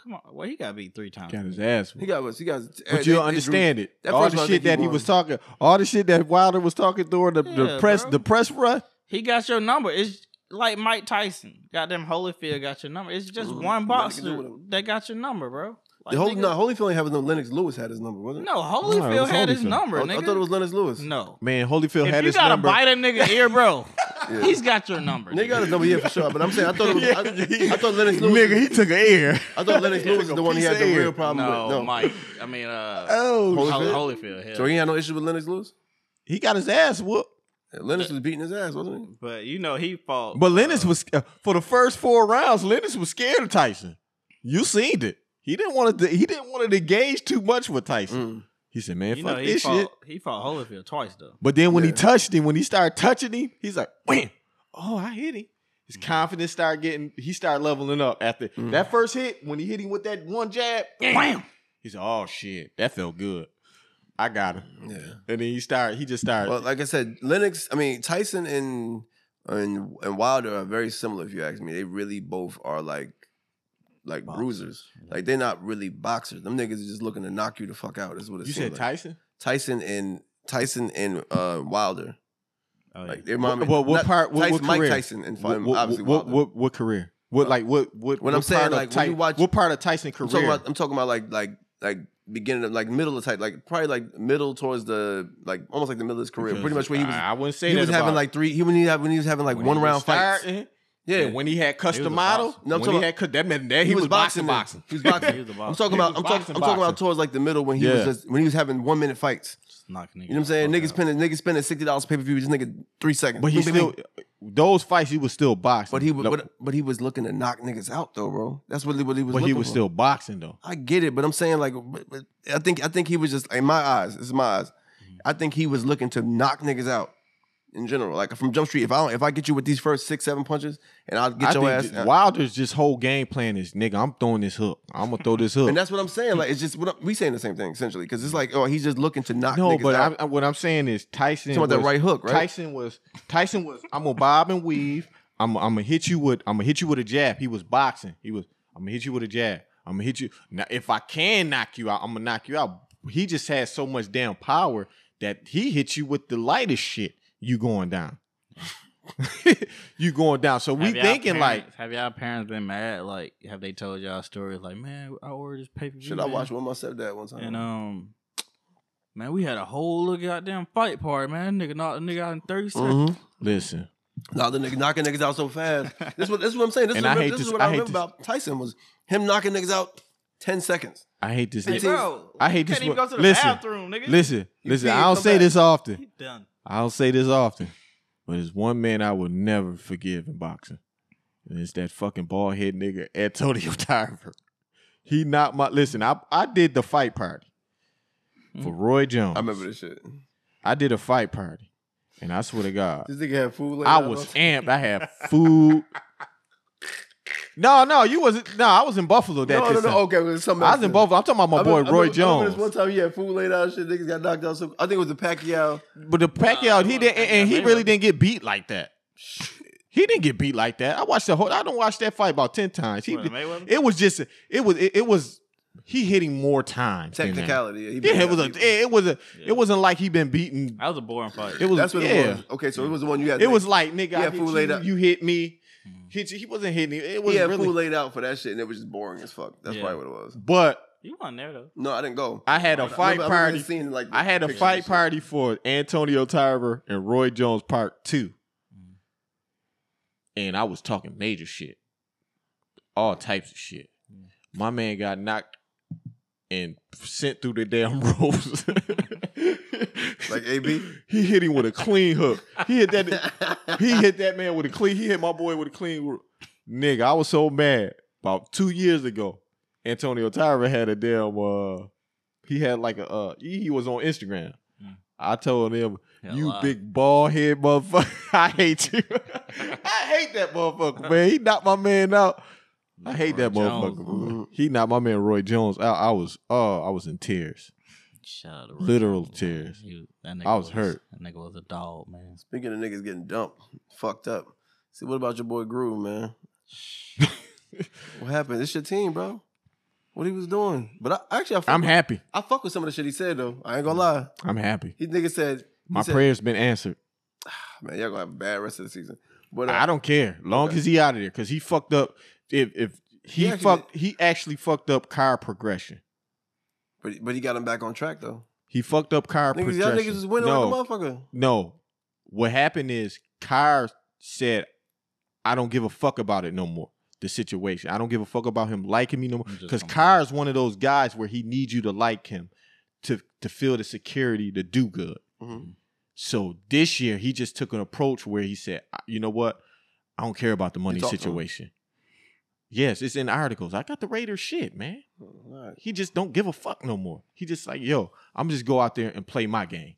Speaker 2: Come on, well he gotta be three times.
Speaker 1: Got his ass.
Speaker 3: He got us. He got.
Speaker 1: But you understand it.
Speaker 3: that
Speaker 1: all
Speaker 3: first
Speaker 1: the
Speaker 3: round
Speaker 1: shit
Speaker 3: they
Speaker 1: that
Speaker 3: keep
Speaker 1: he
Speaker 3: on.
Speaker 1: was talking, all the shit that Wilder was talking during the, the
Speaker 2: Yeah,
Speaker 1: press,
Speaker 2: bro.
Speaker 1: the press run.
Speaker 2: He got your number. It's like Mike Tyson. Goddamn Holyfield got your number. It's just
Speaker 3: Mhm.
Speaker 2: one
Speaker 3: Nothing to do
Speaker 2: boxer
Speaker 3: with him.
Speaker 2: that got your number, bro. Like,
Speaker 3: The whole,
Speaker 2: nigga-
Speaker 3: no, Holyfield ain't having no Lennox Lewis had his number, wasn't it?
Speaker 2: no,
Speaker 1: No, it
Speaker 2: Holyfield
Speaker 1: was
Speaker 2: had his
Speaker 1: Holyfield.
Speaker 2: number.
Speaker 3: I, I
Speaker 2: nigga.
Speaker 3: thought it was Lennox Lewis.
Speaker 2: no.
Speaker 1: Man, Holyfield
Speaker 2: If
Speaker 1: had
Speaker 2: you
Speaker 1: his
Speaker 2: gotta
Speaker 1: number.
Speaker 2: bite a nigga ear, bro,
Speaker 3: Yeah.
Speaker 2: he's got your number.
Speaker 3: Nigga
Speaker 2: Nigga.
Speaker 3: got his number, yeah, for sure. But I'm saying I thought
Speaker 1: [LAUGHS]
Speaker 3: it
Speaker 2: [LAUGHS]
Speaker 3: was, I, I thought Lennox Lewis.
Speaker 1: Nigga, he took an ear.
Speaker 3: I thought Lennox Lewis is the one he had the
Speaker 1: Piece of
Speaker 3: real
Speaker 1: air.
Speaker 3: problem
Speaker 2: No,
Speaker 3: with. No,
Speaker 2: Mike. I mean, uh,
Speaker 1: Oh,
Speaker 2: Hol-
Speaker 1: shit.
Speaker 2: Holyfield. Hell.
Speaker 3: so he had no issue with Lennox Lewis.
Speaker 1: he got his ass whooped.
Speaker 3: Yeah, Lennox was beating his ass, wasn't he?
Speaker 2: But you know he fought.
Speaker 1: But Lennox
Speaker 2: uh,
Speaker 1: was uh, for the first four rounds. Lennox was scared of Tyson. You seen it. He didn't want to. He didn't want to engage too much with Tyson.
Speaker 3: Mm.
Speaker 1: He said, "Man,
Speaker 2: you
Speaker 1: fuck
Speaker 2: know he
Speaker 1: this
Speaker 2: fought.
Speaker 1: shit."
Speaker 2: He fought Holyfield twice though.
Speaker 1: But then when he
Speaker 3: Yeah.
Speaker 1: touched him, when he started touching him, he's like, "Wham! Oh, I hit him." His confidence started getting. He started leveling up after
Speaker 3: Mm.
Speaker 1: that first hit. When he hit him with that one jab, wham! He said, "Oh shit, that felt good. I got him."
Speaker 3: Yeah.
Speaker 1: And then he started. He just started.
Speaker 3: Well, like I said, Lennox. I mean, Tyson and and and Wilder are very similar. If you ask me, they really both are like like bruisers. Like they're not really boxers. Them niggas are just looking to knock you the fuck out. Is what it
Speaker 1: you
Speaker 3: seems
Speaker 1: said
Speaker 3: like.
Speaker 1: Tyson.
Speaker 3: Tyson and Tyson and uh, Wilder.
Speaker 2: Oh, yeah.
Speaker 3: Like they're
Speaker 1: Well,
Speaker 3: my
Speaker 1: what, what part? What,
Speaker 3: Tyson,
Speaker 1: what
Speaker 3: Mike
Speaker 1: career?
Speaker 3: Tyson
Speaker 1: what,
Speaker 3: and fighting
Speaker 1: what,
Speaker 3: obviously
Speaker 1: what,
Speaker 3: Wilder.
Speaker 1: what, what career? What like what what?
Speaker 3: When
Speaker 1: what
Speaker 3: I'm saying,
Speaker 1: part of
Speaker 3: like, when you
Speaker 1: Ty-
Speaker 3: watch-
Speaker 1: what part of Tyson
Speaker 3: I'm talking
Speaker 1: career?
Speaker 3: about. I'm talking about like like like beginning of like middle of type like probably like middle towards the like almost like the middle of his career.
Speaker 1: Because
Speaker 3: Pretty much where he was.
Speaker 1: I, I wouldn't say
Speaker 3: He
Speaker 1: that
Speaker 3: was having
Speaker 1: about-
Speaker 3: like three. He when he had when he was having like
Speaker 1: when
Speaker 3: one
Speaker 1: he was
Speaker 3: round fights.
Speaker 1: starting,
Speaker 3: Yeah,
Speaker 1: Yeah, when he had
Speaker 2: a
Speaker 1: custom model,
Speaker 2: boxer.
Speaker 3: No, I'm
Speaker 1: when
Speaker 3: talking
Speaker 1: he had cu- that meant that he,
Speaker 3: he was
Speaker 1: was boxing,
Speaker 3: boxing
Speaker 1: boxing.
Speaker 3: then. He was boxing.
Speaker 1: [LAUGHS]
Speaker 2: he was a
Speaker 3: [LAUGHS] I'm
Speaker 2: boxer.
Speaker 3: talking
Speaker 1: He
Speaker 3: about.
Speaker 1: was
Speaker 3: I'm, talking.
Speaker 1: boxing,
Speaker 3: I'm talking about
Speaker 1: boxing.
Speaker 3: towards like the middle when he
Speaker 1: Yeah.
Speaker 3: was just when he was having one minute fights.
Speaker 2: Just knock a nigga
Speaker 3: You know what I'm saying?
Speaker 2: the
Speaker 3: Niggas
Speaker 2: fuck out.
Speaker 3: spending niggas spending sixty dollars pay per view. This nigga three seconds.
Speaker 1: But he
Speaker 3: Bing, bing, bing.
Speaker 1: still those fights he was still boxing.
Speaker 3: But he was.
Speaker 1: No,
Speaker 3: But, but he was looking to knock niggas out though, bro. That's what, he- what he was.
Speaker 1: but he
Speaker 3: looking
Speaker 1: was
Speaker 3: for.
Speaker 1: still boxing though.
Speaker 3: I get it, but I'm saying like, but- but I think I think he was just in my eyes. It's my eyes.
Speaker 1: Mm-hmm.
Speaker 3: I think he was looking to knock niggas out in general. Like from Jump Street, if I don't, if I get you with these first six seven punches, and I'll get
Speaker 1: I
Speaker 3: your ass.
Speaker 1: think Wilder's just whole game plan is nigga. I'm throwing this hook. I'm gonna throw this hook.
Speaker 3: [LAUGHS] and that's what I'm saying. Like it's just what I'm, we saying the same thing essentially because it's like oh he's just looking to knock
Speaker 1: no,
Speaker 3: niggas
Speaker 1: but
Speaker 3: out.
Speaker 1: I, I- what I'm saying is Tyson.
Speaker 3: Talking about that
Speaker 1: was-
Speaker 3: right hook, right?
Speaker 1: Tyson was Tyson was. I'm gonna bob and weave. I'm I'm gonna hit you with. I'm gonna hit you with a jab. He was boxing. He was. I'm gonna hit you with a jab. I'm gonna hit you. Now, if I can knock you out, I'm gonna knock you out. He just had so much damn power that he hit you with the lightest shit. You going down. [LAUGHS] you going down. So we
Speaker 2: Have y'all
Speaker 1: thinking like.
Speaker 2: parents- have y'all parents been mad? Like, have they told y'all stories like, man, I ordered this pay per view.
Speaker 3: Should I watch with my stepdad one time?
Speaker 2: And
Speaker 1: uh,
Speaker 2: um, man, we had a whole little goddamn fight party, man. Nigga knocked a nigga out in thirty
Speaker 1: Mm-hmm.
Speaker 2: seconds.
Speaker 3: Mhm.
Speaker 1: Listen,
Speaker 3: [LAUGHS] Nah, the nigga knocking niggas out
Speaker 1: [LAUGHS]
Speaker 3: so fast. This what this is what I'm saying. This,
Speaker 1: And
Speaker 3: is,
Speaker 1: I
Speaker 3: what-
Speaker 1: hate
Speaker 3: this is
Speaker 1: this-
Speaker 3: what
Speaker 1: I
Speaker 3: I,
Speaker 1: hate
Speaker 3: remember
Speaker 1: this-
Speaker 3: about Tyson was him knocking niggas out ten seconds.
Speaker 1: I hate this.
Speaker 3: Hey,
Speaker 1: Listen,
Speaker 2: Bro,
Speaker 1: I hate this
Speaker 2: Can't even
Speaker 1: one.
Speaker 2: go to the
Speaker 1: Listen,
Speaker 2: bathroom, nigga.
Speaker 1: listen.
Speaker 3: You see
Speaker 1: I
Speaker 3: it
Speaker 1: don't
Speaker 3: come
Speaker 1: say
Speaker 3: back.
Speaker 1: this often.
Speaker 2: He done.
Speaker 1: I don't say this often, but there's one man I will never forgive in boxing, and it's that fucking bald head nigga Antonio [LAUGHS] Tarver. He knocked my listen. I I did the fight party for Roy Jones.
Speaker 3: I remember this shit.
Speaker 1: I did a fight party, and I swear to God,
Speaker 3: This nigga had food. laid
Speaker 1: I
Speaker 3: out
Speaker 1: was
Speaker 3: on-
Speaker 1: amped. I had
Speaker 3: [LAUGHS]
Speaker 1: food. No, no, you wasn't. No, I was in Buffalo that.
Speaker 3: No, no,
Speaker 1: this
Speaker 3: no.
Speaker 1: time.
Speaker 3: Okay, it was something
Speaker 1: I
Speaker 3: else
Speaker 1: was in
Speaker 3: then.
Speaker 1: Buffalo. I'm talking about my
Speaker 3: I
Speaker 1: boy
Speaker 3: remember- I
Speaker 1: Roy
Speaker 3: remember- I remember
Speaker 1: Jones.
Speaker 3: This one time he had food laid out, shit. Niggas got knocked out. So I think it was the Pacquiao.
Speaker 1: But the Pacquiao, he
Speaker 2: Uh,
Speaker 1: didn't, and, and he
Speaker 2: Mayweather.
Speaker 1: really didn't get beat like that. He didn't get beat like that. I watched the whole. I don't watch that fight about ten times. He,
Speaker 2: What, Mayweather?
Speaker 1: it was just. It was. It, it was. He hitting more times. than that.
Speaker 3: Technicality. he beat
Speaker 1: Yeah, it was a.
Speaker 3: out.
Speaker 1: It was a.
Speaker 2: Yeah.
Speaker 1: It wasn't like he been beaten.
Speaker 2: That was a boring fight.
Speaker 1: It was.
Speaker 3: That's what
Speaker 1: yeah.
Speaker 3: it was. Okay, so it was the one you had.
Speaker 1: It was like nigga, I
Speaker 3: had
Speaker 1: hit
Speaker 3: food laid
Speaker 1: you,
Speaker 3: out.
Speaker 1: you hit me. Hit you. He wasn't hitting. You. It was
Speaker 3: he had
Speaker 1: really.
Speaker 3: food laid out for that shit, and it was just boring as fuck. That's
Speaker 2: Yeah.
Speaker 3: probably what it was.
Speaker 1: But
Speaker 2: You weren't there though.
Speaker 3: No, I didn't go.
Speaker 1: I had a fight
Speaker 3: remember- remember
Speaker 1: party.
Speaker 3: seeing, like, the
Speaker 1: I had a
Speaker 3: pictures and
Speaker 1: fight
Speaker 3: shit.
Speaker 1: party for Antonio Tarver and Roy Jones Part Two, and I was talking major shit, all types of shit. My man got knocked and sent through the damn [LAUGHS] ropes. [LAUGHS]
Speaker 3: Like AB.
Speaker 1: he hit him with a clean hook. He hit that. he hit that man with a clean. He hit my boy with a clean. ro- Nigga, I was so mad. About two years ago, Antonio Tyra had a damn. uh He had like a. uh He he was on Instagram.
Speaker 2: Mm.
Speaker 1: I told him,
Speaker 2: Yeah,
Speaker 1: "You
Speaker 2: lie.
Speaker 1: big bald head motherfucker, [LAUGHS] I hate you. I hate that motherfucker, man. He knocked my man out. I hate that
Speaker 2: Roy
Speaker 1: motherfucker.
Speaker 2: Jones.
Speaker 1: bro. He knocked my man Roy Jones out. I was, oh, I was in tears.
Speaker 2: Shout out to Roy
Speaker 1: Literal
Speaker 2: Jones, man.
Speaker 1: tears.
Speaker 2: He- that nigga
Speaker 1: I was hurt.
Speaker 2: That nigga was a dog, man.
Speaker 3: [LAUGHS] Speaking of niggas getting dumped, fucked up. See, what about your boy Groove, man? what happened? It's your team, bro. what he was doing. But I actually I fuck,
Speaker 1: I'm
Speaker 3: with,
Speaker 1: happy.
Speaker 3: I fuck with some of the shit he said though. I ain't gonna lie.
Speaker 1: I'm happy.
Speaker 3: He nigga said he
Speaker 1: My
Speaker 3: said,
Speaker 1: prayer's been answered.
Speaker 3: Man, y'all gonna have a bad rest of the season. But uh,
Speaker 1: I don't care. Long
Speaker 3: Okay.
Speaker 1: as he out of there, because he fucked up. If if he,
Speaker 3: He actually
Speaker 1: fucked, he actually fucked up Kyrie progression.
Speaker 3: but but he got him back on track though.
Speaker 1: He fucked up Kyrie
Speaker 3: Niggas,
Speaker 1: progression.
Speaker 3: y'all niggas is winning
Speaker 1: no,
Speaker 3: like a motherfucker.
Speaker 1: no. What happened is Kyrie said, "I don't give a fuck about it no more." The situation. I don't give a fuck about him liking me no more.
Speaker 2: You just
Speaker 1: Because
Speaker 2: don't-
Speaker 1: Kyrie's one of those guys where he needs you to like him to to feel the security to do good.
Speaker 3: Mhm.
Speaker 1: So this year he just took an approach where he said, "I- "You know what? I don't care about the money
Speaker 3: talked to him.
Speaker 1: situation." Yes, it's in articles. I got the Raiders shit, man.
Speaker 3: All right.
Speaker 1: He just don't give a fuck no more. He just like, "Yo, I'm just go out there and play my game.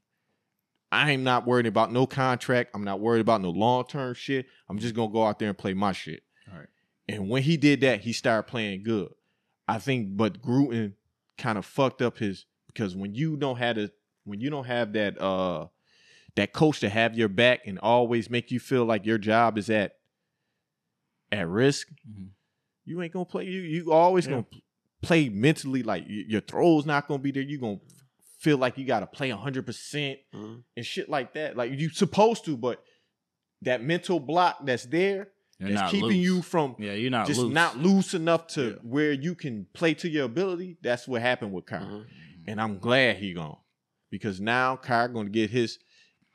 Speaker 1: I am not worried about no contract. I'm not worried about no long-term shit. I'm just going to go out there and play my shit."
Speaker 2: All right.
Speaker 1: And when he did that, he started playing good. I think, but Gruden kind of fucked up his because when you don't have a when you don't have that uh that coach to have your back and always make you feel like your job is at at risk,
Speaker 2: Mhm.
Speaker 1: you ain't gonna play. You you always
Speaker 2: Yeah.
Speaker 1: gonna play mentally like y- your throw's not gonna be there. You gonna feel like you gotta play hundred percent
Speaker 3: Mhm.
Speaker 1: and shit like that. Like you supposed to, but that mental block that's there
Speaker 2: You're
Speaker 1: that's
Speaker 2: not
Speaker 1: keeping
Speaker 2: loose.
Speaker 1: you from
Speaker 2: Yeah, you're not
Speaker 1: just
Speaker 2: loose.
Speaker 1: not loose enough to
Speaker 2: Yeah.
Speaker 1: where you can play to your ability. That's what happened with Kyrie,
Speaker 2: Mm-hmm.
Speaker 3: Mhm.
Speaker 1: and I'm glad he gone because now Kyrie going to get his.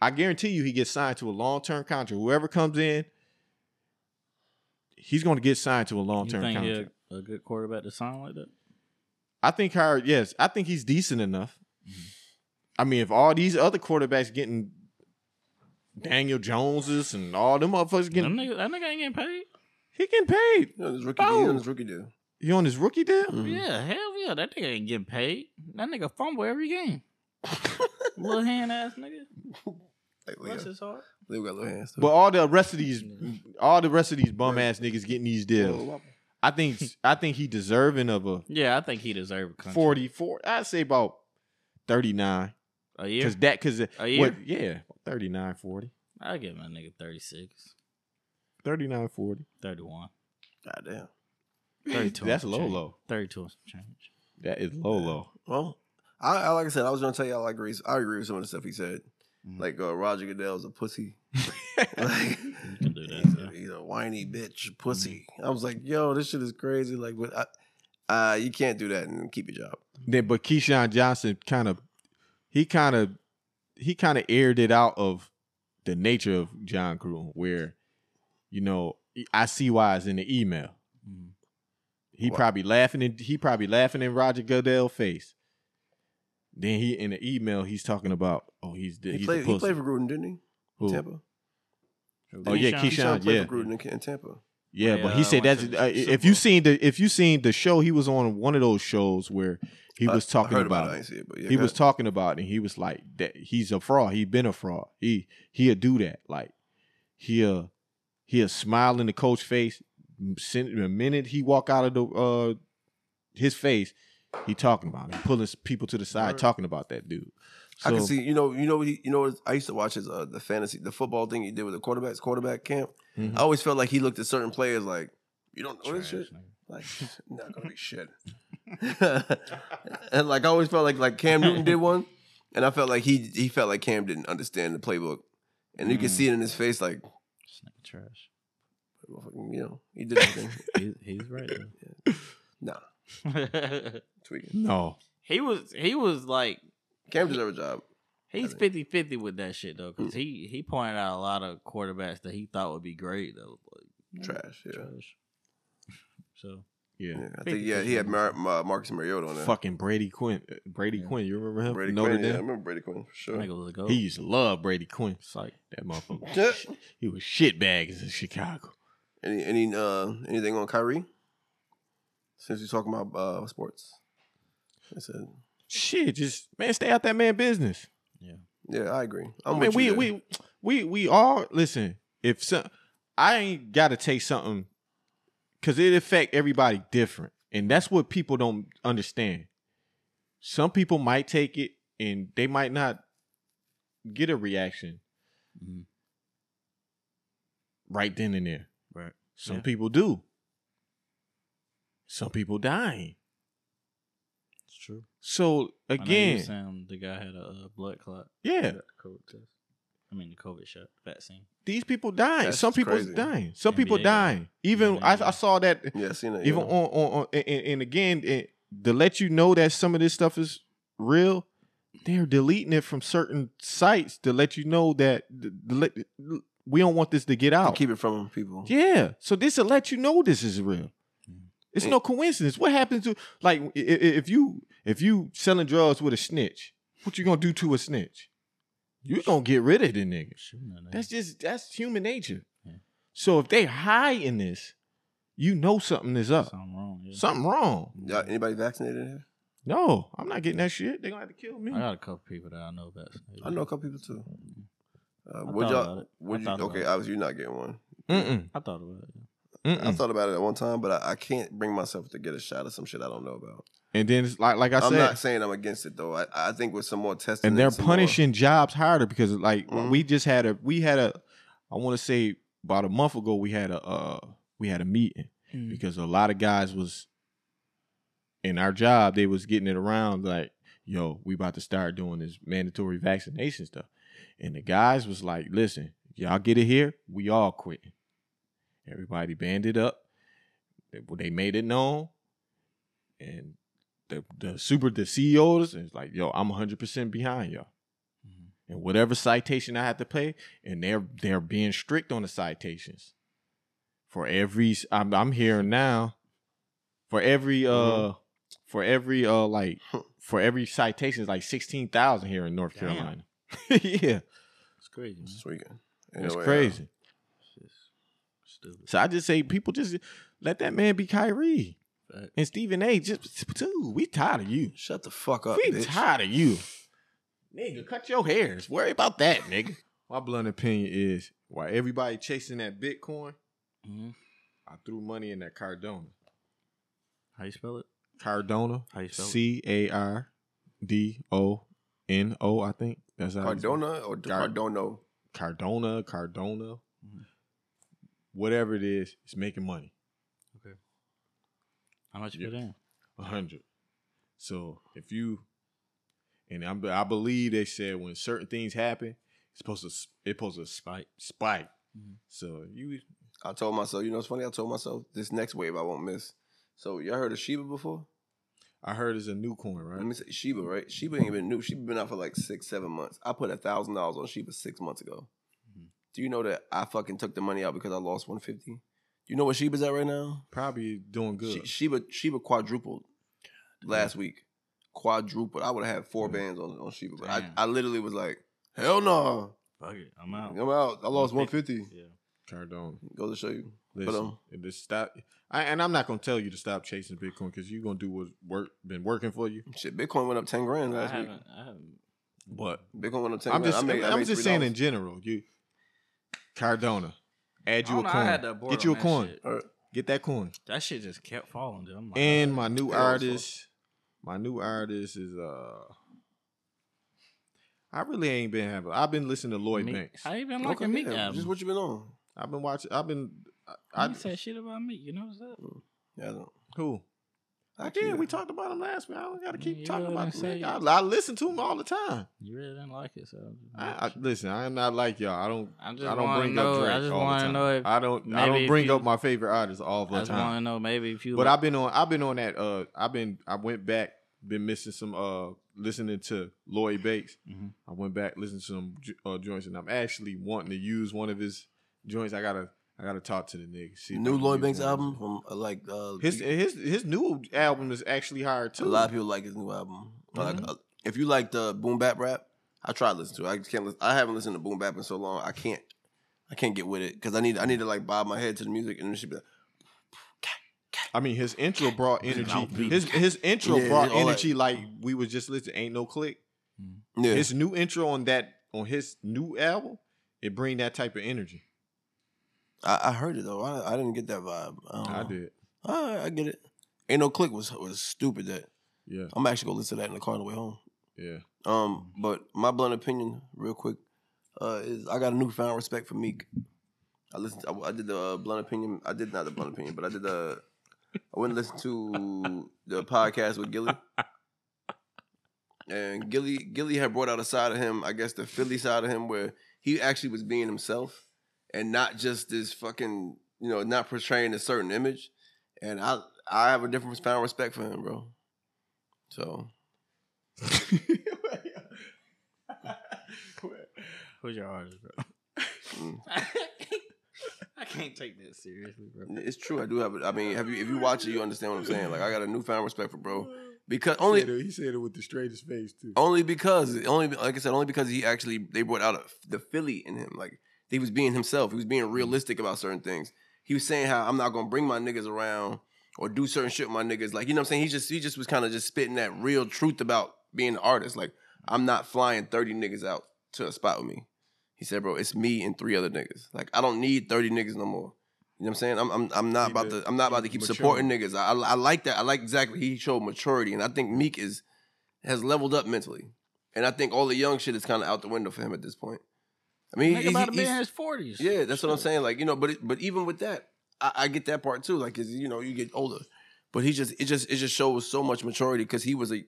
Speaker 1: I guarantee you, he gets signed to a long term contract. Whoever comes in, he's going to get signed to a long
Speaker 2: You
Speaker 1: term
Speaker 2: think
Speaker 1: contract.
Speaker 2: you're a, a good quarterback to sign like that?
Speaker 1: I think Kyrie, yes, I think he's decent enough.
Speaker 2: Mm-hmm.
Speaker 1: I mean, if all these other quarterbacks getting Daniel Joneses and all them motherfuckers getting,
Speaker 2: Them nigga- that nigga ain't getting paid.
Speaker 1: he getting paid.
Speaker 3: You know this rookie deal. You know
Speaker 1: Oh.
Speaker 3: this rookie deal.
Speaker 1: He on his rookie deal.
Speaker 2: Mm-hmm.
Speaker 3: Mhm.
Speaker 2: Yeah, hell yeah, that nigga ain't getting paid. That nigga fumble every
Speaker 3: [LAUGHS]
Speaker 2: game. Little hand ass nigga.
Speaker 3: Like,
Speaker 2: Bless
Speaker 3: Leo,
Speaker 2: his heart.
Speaker 3: Leo got little hands. too.
Speaker 1: But all the rest of these,
Speaker 2: Yeah.
Speaker 1: all the rest of these bum ass niggas getting these
Speaker 3: Whoa,
Speaker 1: deals.
Speaker 3: whoa.
Speaker 1: I think I think he deserving of a
Speaker 2: Yeah, I think he deserved a contract.
Speaker 1: forty four. I'd say about thirty nine.
Speaker 2: a year.
Speaker 1: Because that because
Speaker 2: A year.
Speaker 1: what yeah 39, 40.
Speaker 2: I give my nigga 36,
Speaker 1: 39, 40.
Speaker 2: 31,
Speaker 3: Goddamn.
Speaker 2: 32.
Speaker 1: That's
Speaker 2: and
Speaker 1: low
Speaker 2: change.
Speaker 1: low.
Speaker 2: 32 and some change.
Speaker 1: That is low low.
Speaker 3: Well, I, I like I said, I was gonna tell y'all I agree. I agree with some of the stuff he said.
Speaker 2: Mhm.
Speaker 3: Like uh, Roger Goodell's a pussy. [LAUGHS]
Speaker 2: [LAUGHS]
Speaker 3: like,
Speaker 2: You can do that.
Speaker 3: he's,
Speaker 1: [LAUGHS]
Speaker 2: yeah.
Speaker 3: a, he's a whiny bitch, pussy.
Speaker 1: Mm-hmm.
Speaker 3: I was like, yo, this shit is crazy. Like, but I, uh, you can't do that and keep your job.
Speaker 1: Then but Keyshawn Johnson kind of he kind of he kind of aired it out of the nature of John Gruden, where you know I see why it's in the email.
Speaker 2: Mhm.
Speaker 1: He
Speaker 3: Wha-
Speaker 1: probably laughing in he probably laughing in Roger Goodell's face. Then he in the email he's talking about oh he's the,
Speaker 3: He
Speaker 1: he's
Speaker 3: played.
Speaker 1: the
Speaker 3: He
Speaker 1: pussy.
Speaker 3: played for Gruden, didn't he?
Speaker 1: Who?
Speaker 3: Tampa.
Speaker 1: Oh yeah, Keyshawn,
Speaker 2: Keyshawn-
Speaker 3: Keyshawn played
Speaker 1: yeah,
Speaker 3: for Gruden in, in Tampa.
Speaker 1: yeah.
Speaker 2: Yeah,
Speaker 1: but he
Speaker 2: I
Speaker 1: said
Speaker 2: went
Speaker 1: that's
Speaker 2: to the
Speaker 1: uh,
Speaker 2: Super
Speaker 1: if you
Speaker 2: Bowl.
Speaker 1: seen the if you seen the show he was on one of those shows where he
Speaker 3: I-
Speaker 1: was talking
Speaker 3: Uh, I heard
Speaker 1: about,
Speaker 3: it. I
Speaker 1: it.
Speaker 3: didn't see it, but yeah,
Speaker 1: he
Speaker 3: go
Speaker 1: was
Speaker 3: ahead.
Speaker 1: talking about it and he was like that he's a fraud. He been a fraud. He he'll do that like he'll he'll smile in the coach face. Sin- The minute he walk out of the uh his face, he talking about him, pulling people to the side,
Speaker 3: Word.
Speaker 1: talking about that dude.
Speaker 3: I can
Speaker 1: So-
Speaker 3: see. You know. You know. what He, you know. what I used to watch his uh, the fantasy, the football thing he did with the quarterbacks, quarterback camp.
Speaker 1: Mhm.
Speaker 3: I always felt like he looked at certain players like, you don't know this
Speaker 2: Trash
Speaker 3: shit.
Speaker 2: nigga.
Speaker 1: [LAUGHS]
Speaker 3: Like, [LAUGHS] not gonna be shit. [LAUGHS] and like I always felt like like Cam Newton did one, and I felt like he he felt like Cam didn't understand the playbook, and you could
Speaker 2: Mm.
Speaker 3: see it in his face like,
Speaker 2: This nigga trash.
Speaker 3: motherfucking, you know, he did nothing.
Speaker 2: He's, he's right
Speaker 3: [LAUGHS] nah,
Speaker 2: though.
Speaker 3: [LAUGHS] tweaking.
Speaker 1: No,
Speaker 2: [LAUGHS] he was he was like
Speaker 3: Cam deserve a job.
Speaker 2: He's
Speaker 3: I
Speaker 2: 50 50 with that shit, though, because he, he pointed out a lot of quarterbacks that he thought would be great, though. Like,
Speaker 3: Trash. Yeah.
Speaker 2: trash. [LAUGHS] So,
Speaker 1: yeah.
Speaker 3: yeah. I think yeah he had Mar- Mar- Marcus Mariota on there.
Speaker 1: Fucking Brady Quinn. uh, Brady
Speaker 2: Yeah.
Speaker 1: Quinn, you remember him?
Speaker 3: Brady
Speaker 1: from Notre
Speaker 3: Quinn. Yeah, I
Speaker 1: Dame?
Speaker 3: remember Brady Quinn for
Speaker 2: that
Speaker 3: sure.
Speaker 2: nigga was a goat.
Speaker 1: He used to love Brady Quinn.
Speaker 2: Psych.
Speaker 1: That
Speaker 3: [LAUGHS]
Speaker 1: motherfucker. he was shit bags in Chicago.
Speaker 3: Any any uh anything on Kyrie? Since you're talking about uh sports, I said
Speaker 1: Shit, just man, stay out that man business.
Speaker 3: yeah, I agree.
Speaker 1: i
Speaker 3: I'm
Speaker 1: mean,
Speaker 3: with
Speaker 1: we
Speaker 3: you there.
Speaker 1: we we we all listen. If some, I ain't got to take something because it affect everybody different, and that's what people don't understand. Some people might take it and they might not get a reaction
Speaker 2: Mhm.
Speaker 1: right then and there.
Speaker 2: Right.
Speaker 1: Some
Speaker 2: Yeah.
Speaker 1: people do. Some people dying.
Speaker 2: True.
Speaker 1: So
Speaker 2: Again,
Speaker 1: again,
Speaker 2: Sam, the guy had a uh, blood clot.
Speaker 1: yeah,
Speaker 2: Got the COVID test. I mean, the COVID shot vaccine.
Speaker 1: these people dying.
Speaker 3: That's
Speaker 1: Some people
Speaker 3: crazy.
Speaker 1: dying. Some people
Speaker 2: NBA.
Speaker 1: dying. Even I, I
Speaker 2: NBA.
Speaker 1: saw that
Speaker 3: Yeah, I seen that.
Speaker 1: even
Speaker 3: yeah.
Speaker 1: on on, on and, and and again it, to let you know that some of this stuff is real they're deleting it from certain sites to let you know that th- to let- we don't want this to get
Speaker 3: To
Speaker 1: out
Speaker 3: keep it from people.
Speaker 1: yeah so this will let you know this is real
Speaker 3: Mm-hmm.
Speaker 1: it's no coincidence what happens to like i- i- if you if you selling drugs with a snitch what you gonna do to a snitch you gonna get rid of the nigga
Speaker 2: Shooting that nigga.
Speaker 1: that's just that's human nature
Speaker 2: Yeah.
Speaker 1: so if they high in this you know something is up
Speaker 2: something wrong. Yeah. Mm-hmm.
Speaker 1: Something wrong.
Speaker 3: Y'all, anybody vaccinated here?
Speaker 1: No, I'm not getting that shit. They're gonna have to kill me.
Speaker 2: I got a couple people that I know Mm-hmm. vaccinated.
Speaker 3: I know a couple people too. Uh,
Speaker 2: I
Speaker 3: would
Speaker 2: thought
Speaker 3: y'all?
Speaker 2: about it. I
Speaker 3: Would you?
Speaker 2: thought about
Speaker 3: Okay,
Speaker 2: it.
Speaker 3: obviously you're not getting one.
Speaker 1: Mm-mm.
Speaker 2: I thought about it.
Speaker 3: I
Speaker 1: Mm-mm.
Speaker 3: thought about it at one time, but I, I can't bring myself to get a shot of some shit I don't know about.
Speaker 1: And then it's like like I
Speaker 3: I'm
Speaker 1: said,
Speaker 3: not saying I'm against it though. I, I think with some more testing
Speaker 1: and they're
Speaker 3: some more-
Speaker 1: punishing jobs harder because like
Speaker 3: Mhm.
Speaker 1: we just had a we had a I want to say about a month ago we had a uh we had a meeting
Speaker 2: Mm.
Speaker 3: Mm.
Speaker 1: because a lot of guys was in our job they was getting it around like yo we about to start doing this mandatory vaccination stuff and the guys was like listen y'all get it here we all quitting everybody banded up they, they made it known and the, the super the ceos is like yo i'm 100% behind y'all
Speaker 2: Mm-hmm.
Speaker 1: and whatever citation I have to pay, and they're they're being strict on the citations. For every I'm I'm hearing now, for every uh
Speaker 3: Mhm.
Speaker 1: for every uh like for every citation is like sixteen thousand here in North
Speaker 2: Damn.
Speaker 1: Carolina. [LAUGHS] yeah,
Speaker 2: It's crazy. Man.
Speaker 3: this weekend.
Speaker 1: it's
Speaker 3: Anyway, uh,
Speaker 1: crazy.
Speaker 2: It's just stupid.
Speaker 1: So I just say people just let that man be Kyrie
Speaker 2: Fact.
Speaker 1: and Stephen A. Just too. We tired of you.
Speaker 3: Shut the fuck up,
Speaker 1: we
Speaker 3: bitch.
Speaker 1: tired of you. Nigga, cut your hairs. Worry about that, nigga. [LAUGHS] My blunt opinion is why everybody chasing that Bitcoin,
Speaker 2: Mhm.
Speaker 1: I threw money in that Cardona.
Speaker 2: How you spell it?
Speaker 1: Cardona.
Speaker 2: How you spell it?
Speaker 1: C A R D O N O, I think. That's how it's-
Speaker 3: Cardona or D-
Speaker 1: Gar-
Speaker 3: Cardono?
Speaker 1: Cardona, Cardona.
Speaker 2: Mhm.
Speaker 1: Whatever it is, it's making money.
Speaker 2: How much you
Speaker 1: Yeah.
Speaker 2: put in?
Speaker 1: A hundred. So if you, and I'm, I believe they said when certain things happen, it's supposed to s- it's supposed to spike spike.
Speaker 2: Mhm.
Speaker 1: So you
Speaker 3: I told myself, you know, it's funny. I told myself this next wave I won't miss. So y'all heard of Sheba before?
Speaker 1: I heard it's a new coin, right?
Speaker 3: Let me say Sheba, right? Sheba ain't been new. Sheba been out for like six, seven months. I put a thousand dollars on Sheba six months ago.
Speaker 1: Mm-hmm.
Speaker 2: Mhm.
Speaker 3: Do you know that I fucking took the money out because I lost one fifty? You know what Sheba's at right now?
Speaker 1: Probably doing
Speaker 3: She,
Speaker 1: good.
Speaker 3: Sheba Sheba quadrupled last week. Quadrupled. I would have had four
Speaker 1: Yeah.
Speaker 3: bands on, on Sheba, but I,
Speaker 2: Damn.
Speaker 3: I literally was like, hell no,
Speaker 2: Fuck it. I'm out.
Speaker 3: I'm out. I lost one fifty.
Speaker 2: Yeah.
Speaker 1: Cardona.
Speaker 3: Goes to show you.
Speaker 1: Listen,
Speaker 3: um,
Speaker 1: and just stop. I, and I'm not gonna tell you to stop chasing Bitcoin because you're gonna do what's work been working for you.
Speaker 3: Shit, Bitcoin went up ten grand
Speaker 2: I
Speaker 3: last week.
Speaker 2: haven't. I haven't.
Speaker 1: But
Speaker 3: Bitcoin went up ten
Speaker 1: I'm
Speaker 3: grand.
Speaker 1: just
Speaker 3: I made- I
Speaker 1: I'm
Speaker 3: made
Speaker 1: just saying in
Speaker 3: $3.
Speaker 1: general, you Cardona, add you a
Speaker 2: I
Speaker 1: coin,
Speaker 2: had to abort
Speaker 1: get you
Speaker 2: on
Speaker 1: a
Speaker 2: that
Speaker 1: coin,
Speaker 2: shit.
Speaker 3: All right.
Speaker 1: get that coin.
Speaker 2: That shit just kept falling, dude. I'm like,
Speaker 1: And my new
Speaker 3: Yeah,
Speaker 1: artist, my new artist is uh, I really ain't been having. I've been listening to Lloyd
Speaker 2: Meek-
Speaker 1: Banks.
Speaker 2: I ain't been liking Meek
Speaker 3: yeah,
Speaker 2: album.
Speaker 3: Just what you been on?
Speaker 1: I've been watching. I've been. I,
Speaker 2: I
Speaker 1: I
Speaker 2: you said shit about Meek. You know what's up?
Speaker 3: Yeah, I don't.
Speaker 1: who? I
Speaker 3: actually,
Speaker 1: did. We
Speaker 3: yeah.
Speaker 1: talked about him last week. I don't got to keep
Speaker 2: You
Speaker 1: talking
Speaker 2: really
Speaker 1: about
Speaker 2: didn't
Speaker 1: him. nigga.
Speaker 2: say-
Speaker 1: I, I listen to him all the time.
Speaker 2: You really didn't like it, so I'm just-
Speaker 1: I, I, listen, I am not like y'all. I don't.
Speaker 2: I just
Speaker 1: I don't
Speaker 2: wanna
Speaker 1: bring
Speaker 2: know-
Speaker 1: up Drake
Speaker 2: I just
Speaker 1: all the
Speaker 2: wanna
Speaker 1: time.
Speaker 2: know if
Speaker 1: I don't. I
Speaker 2: maybe
Speaker 1: don't
Speaker 2: if
Speaker 1: bring
Speaker 2: you-
Speaker 1: up my favorite artists all
Speaker 2: I
Speaker 1: the
Speaker 2: just want
Speaker 1: time.
Speaker 2: to know maybe if you.
Speaker 1: But
Speaker 2: like-
Speaker 1: [LAUGHS]
Speaker 2: [LAUGHS]
Speaker 1: I've been on. I've been on that. Uh, I've been. I went back. Been missing some. Uh, listening to Lloyd Bates.
Speaker 3: Mm-hmm.
Speaker 2: Mhm.
Speaker 1: I went back listened to some ju- uh, joints, and I'm actually wanting to use one of his joints. I gotta. I gotta talk to the nigga. See if I
Speaker 3: New
Speaker 1: can
Speaker 3: Lloyd
Speaker 1: use
Speaker 3: Banks
Speaker 1: one of
Speaker 3: album
Speaker 1: his-
Speaker 3: from uh, like uh,
Speaker 1: His his his new album is actually hard
Speaker 3: a
Speaker 1: too.
Speaker 3: lot of people like his new album. Like,
Speaker 1: Mm-hmm.
Speaker 3: uh, if you like the boom bap rap, I tried to listen to. it. I just can't. Listen, I haven't listened to boom bap in so long. I can't. I can't get with it because I need. I need to like bob my head to the music and it should be like,
Speaker 1: I mean, his intro brought energy.
Speaker 2: outbeat.
Speaker 1: His his intro
Speaker 3: Yeah,
Speaker 1: brought
Speaker 3: all that-
Speaker 1: energy like we was just listening. Ain't no click.
Speaker 3: yeah.
Speaker 1: His new intro on that on his new album, it bring that type of energy.
Speaker 3: I, I heard it though. I, I didn't get that vibe. I, don't
Speaker 1: I
Speaker 3: know.
Speaker 1: did.
Speaker 3: All right, I get it. Ain't no click was was stupid. That
Speaker 1: Yeah,
Speaker 3: I'm actually gonna listen to that in the car on the way home.
Speaker 1: yeah.
Speaker 3: Um, but my blunt opinion, real quick, uh, is I got a newfound respect for Meek. I listened. To, I, I did the uh, blunt opinion. I did not the blunt opinion, but I did the. I went and listened to the podcast with Gilly. and Gilly Gilly had brought out a side of him, I guess the Philly side of him, where he actually was being himself and not just this fucking you know not portraying a certain image. And I I have a different found respect for him, bro. So
Speaker 2: Who's your artist, bro?
Speaker 3: mm,
Speaker 2: [LAUGHS] I can't take that seriously, bro.
Speaker 3: it's true. I do have. a- I mean, have you if you watch it, you understand what I'm saying. Like I got a newfound respect for bro because only Oh,
Speaker 1: he said it with the straightest face too.
Speaker 3: Only because, only like I said, only because he actually they brought out a, the Philly in him. Like he was being himself. He was being realistic about certain things. He was saying how I'm not gonna bring my niggas around or do certain shit with my niggas. Like you know what I'm saying. He just he just was kind of just spitting that real truth about being an artist. Like I'm not flying thirty niggas out to a spot with me. He said, bro, it's me and three other niggas. Like I don't need thirty niggas no more. You know what I'm saying? I'm I'm, I'm not
Speaker 1: He
Speaker 3: about
Speaker 1: did.
Speaker 3: to I'm not about to keep
Speaker 1: Mature.
Speaker 3: supporting niggas. I, I I like that. I like exactly he showed maturity, and I think Meek is has leveled up mentally. And I think all the young shit is kind of out the window for him at this point. I mean,
Speaker 2: Nigga
Speaker 3: he's-
Speaker 2: about to be in
Speaker 3: he's-
Speaker 2: his forties.
Speaker 3: yeah, that's what I'm saying. Like you know, but it, but even with that, I, I get that part too. Like 'cause, you know, you get older, but he just it just it just shows so much maturity because he was a,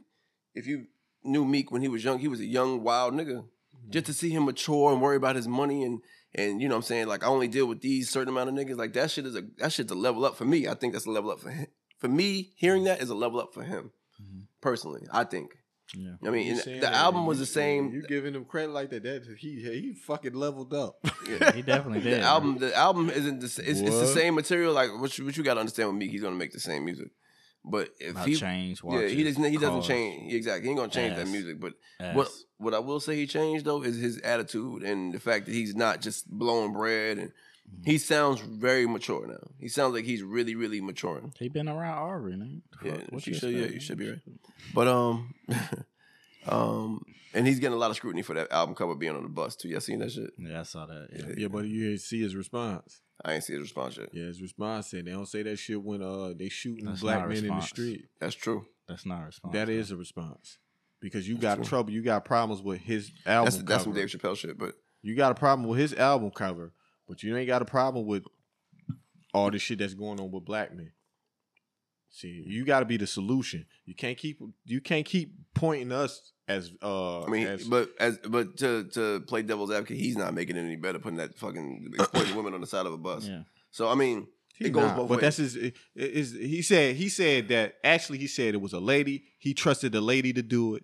Speaker 3: if you knew Meek when he was young, he was a young wild nigga.
Speaker 1: Mm-hmm.
Speaker 3: Just to see him mature and worry about his money and and you know what I'm saying like I only deal with these certain amount of niggas like that shit is a that shit's a level up for me. I think that's a level up for him. For me,
Speaker 1: Mm-hmm.
Speaker 3: hearing that is a level up for him
Speaker 2: Mhm.
Speaker 3: personally. I think.
Speaker 2: Yeah.
Speaker 3: I mean,
Speaker 1: You
Speaker 3: and
Speaker 1: saying
Speaker 3: the
Speaker 1: that
Speaker 3: album
Speaker 1: you-
Speaker 3: was the same.
Speaker 1: You giving him credit like that? That he he fucking leveled up.
Speaker 3: [LAUGHS] Yeah.
Speaker 2: He definitely did.
Speaker 3: [LAUGHS] the album the album isn't the, s- it's, it's the
Speaker 1: What?
Speaker 3: same material like what you, what you got to understand with Meek he's gonna make the same music but if
Speaker 2: About
Speaker 3: he
Speaker 2: change,
Speaker 3: yeah
Speaker 2: watches,
Speaker 3: he doesn't he doesn't
Speaker 2: cars,
Speaker 3: change exactly he ain't gonna change
Speaker 2: Ass.
Speaker 3: that music but
Speaker 2: ass.
Speaker 3: what what I will say he changed though is his attitude and the fact that he's not just blowing bread and
Speaker 2: Mhm.
Speaker 3: he sounds very mature now he sounds like he's really really maturing
Speaker 2: He been around Aubrey, nigga.
Speaker 3: Yeah,
Speaker 2: Fuck, what
Speaker 3: you should- yeah,
Speaker 2: expect,
Speaker 3: you
Speaker 2: nigga?
Speaker 3: should be right. but um [LAUGHS] um and he's getting a lot of scrutiny for that album cover being on the bus too y'all seen that shit
Speaker 2: Yeah, I saw that. Yeah.
Speaker 1: yeah, but you ain't see his response.
Speaker 3: I ain't see his response yet
Speaker 1: Yeah, his response said they don't say that shit when uh they shooting
Speaker 2: That's not
Speaker 1: black
Speaker 2: a
Speaker 1: men in the
Speaker 2: response.
Speaker 1: street.
Speaker 3: that's true
Speaker 2: That's not a response.
Speaker 1: That
Speaker 2: though.
Speaker 1: is a response because you
Speaker 3: That's
Speaker 1: got
Speaker 3: true.
Speaker 1: trouble. You got problems with his album.
Speaker 3: that's that's some
Speaker 1: cover.
Speaker 3: Dave Chappelle shit but
Speaker 1: You got a problem with his album cover, but you ain't got a problem with all this shit that's going on with black men. See, you got to be the solution. You can't keep you can't keep pointing us as uh
Speaker 3: I mean,
Speaker 1: as,
Speaker 3: but as but to to play devil's advocate, he's not making it any better putting that
Speaker 1: [COUGHS]
Speaker 3: fucking exploiting women on the side of a bus.
Speaker 2: Yeah.
Speaker 3: So I mean,
Speaker 1: He's
Speaker 3: goes both
Speaker 1: but
Speaker 3: ways.
Speaker 1: that's his it- it- is he said he said that actually he said it was a lady. He trusted the lady to do it.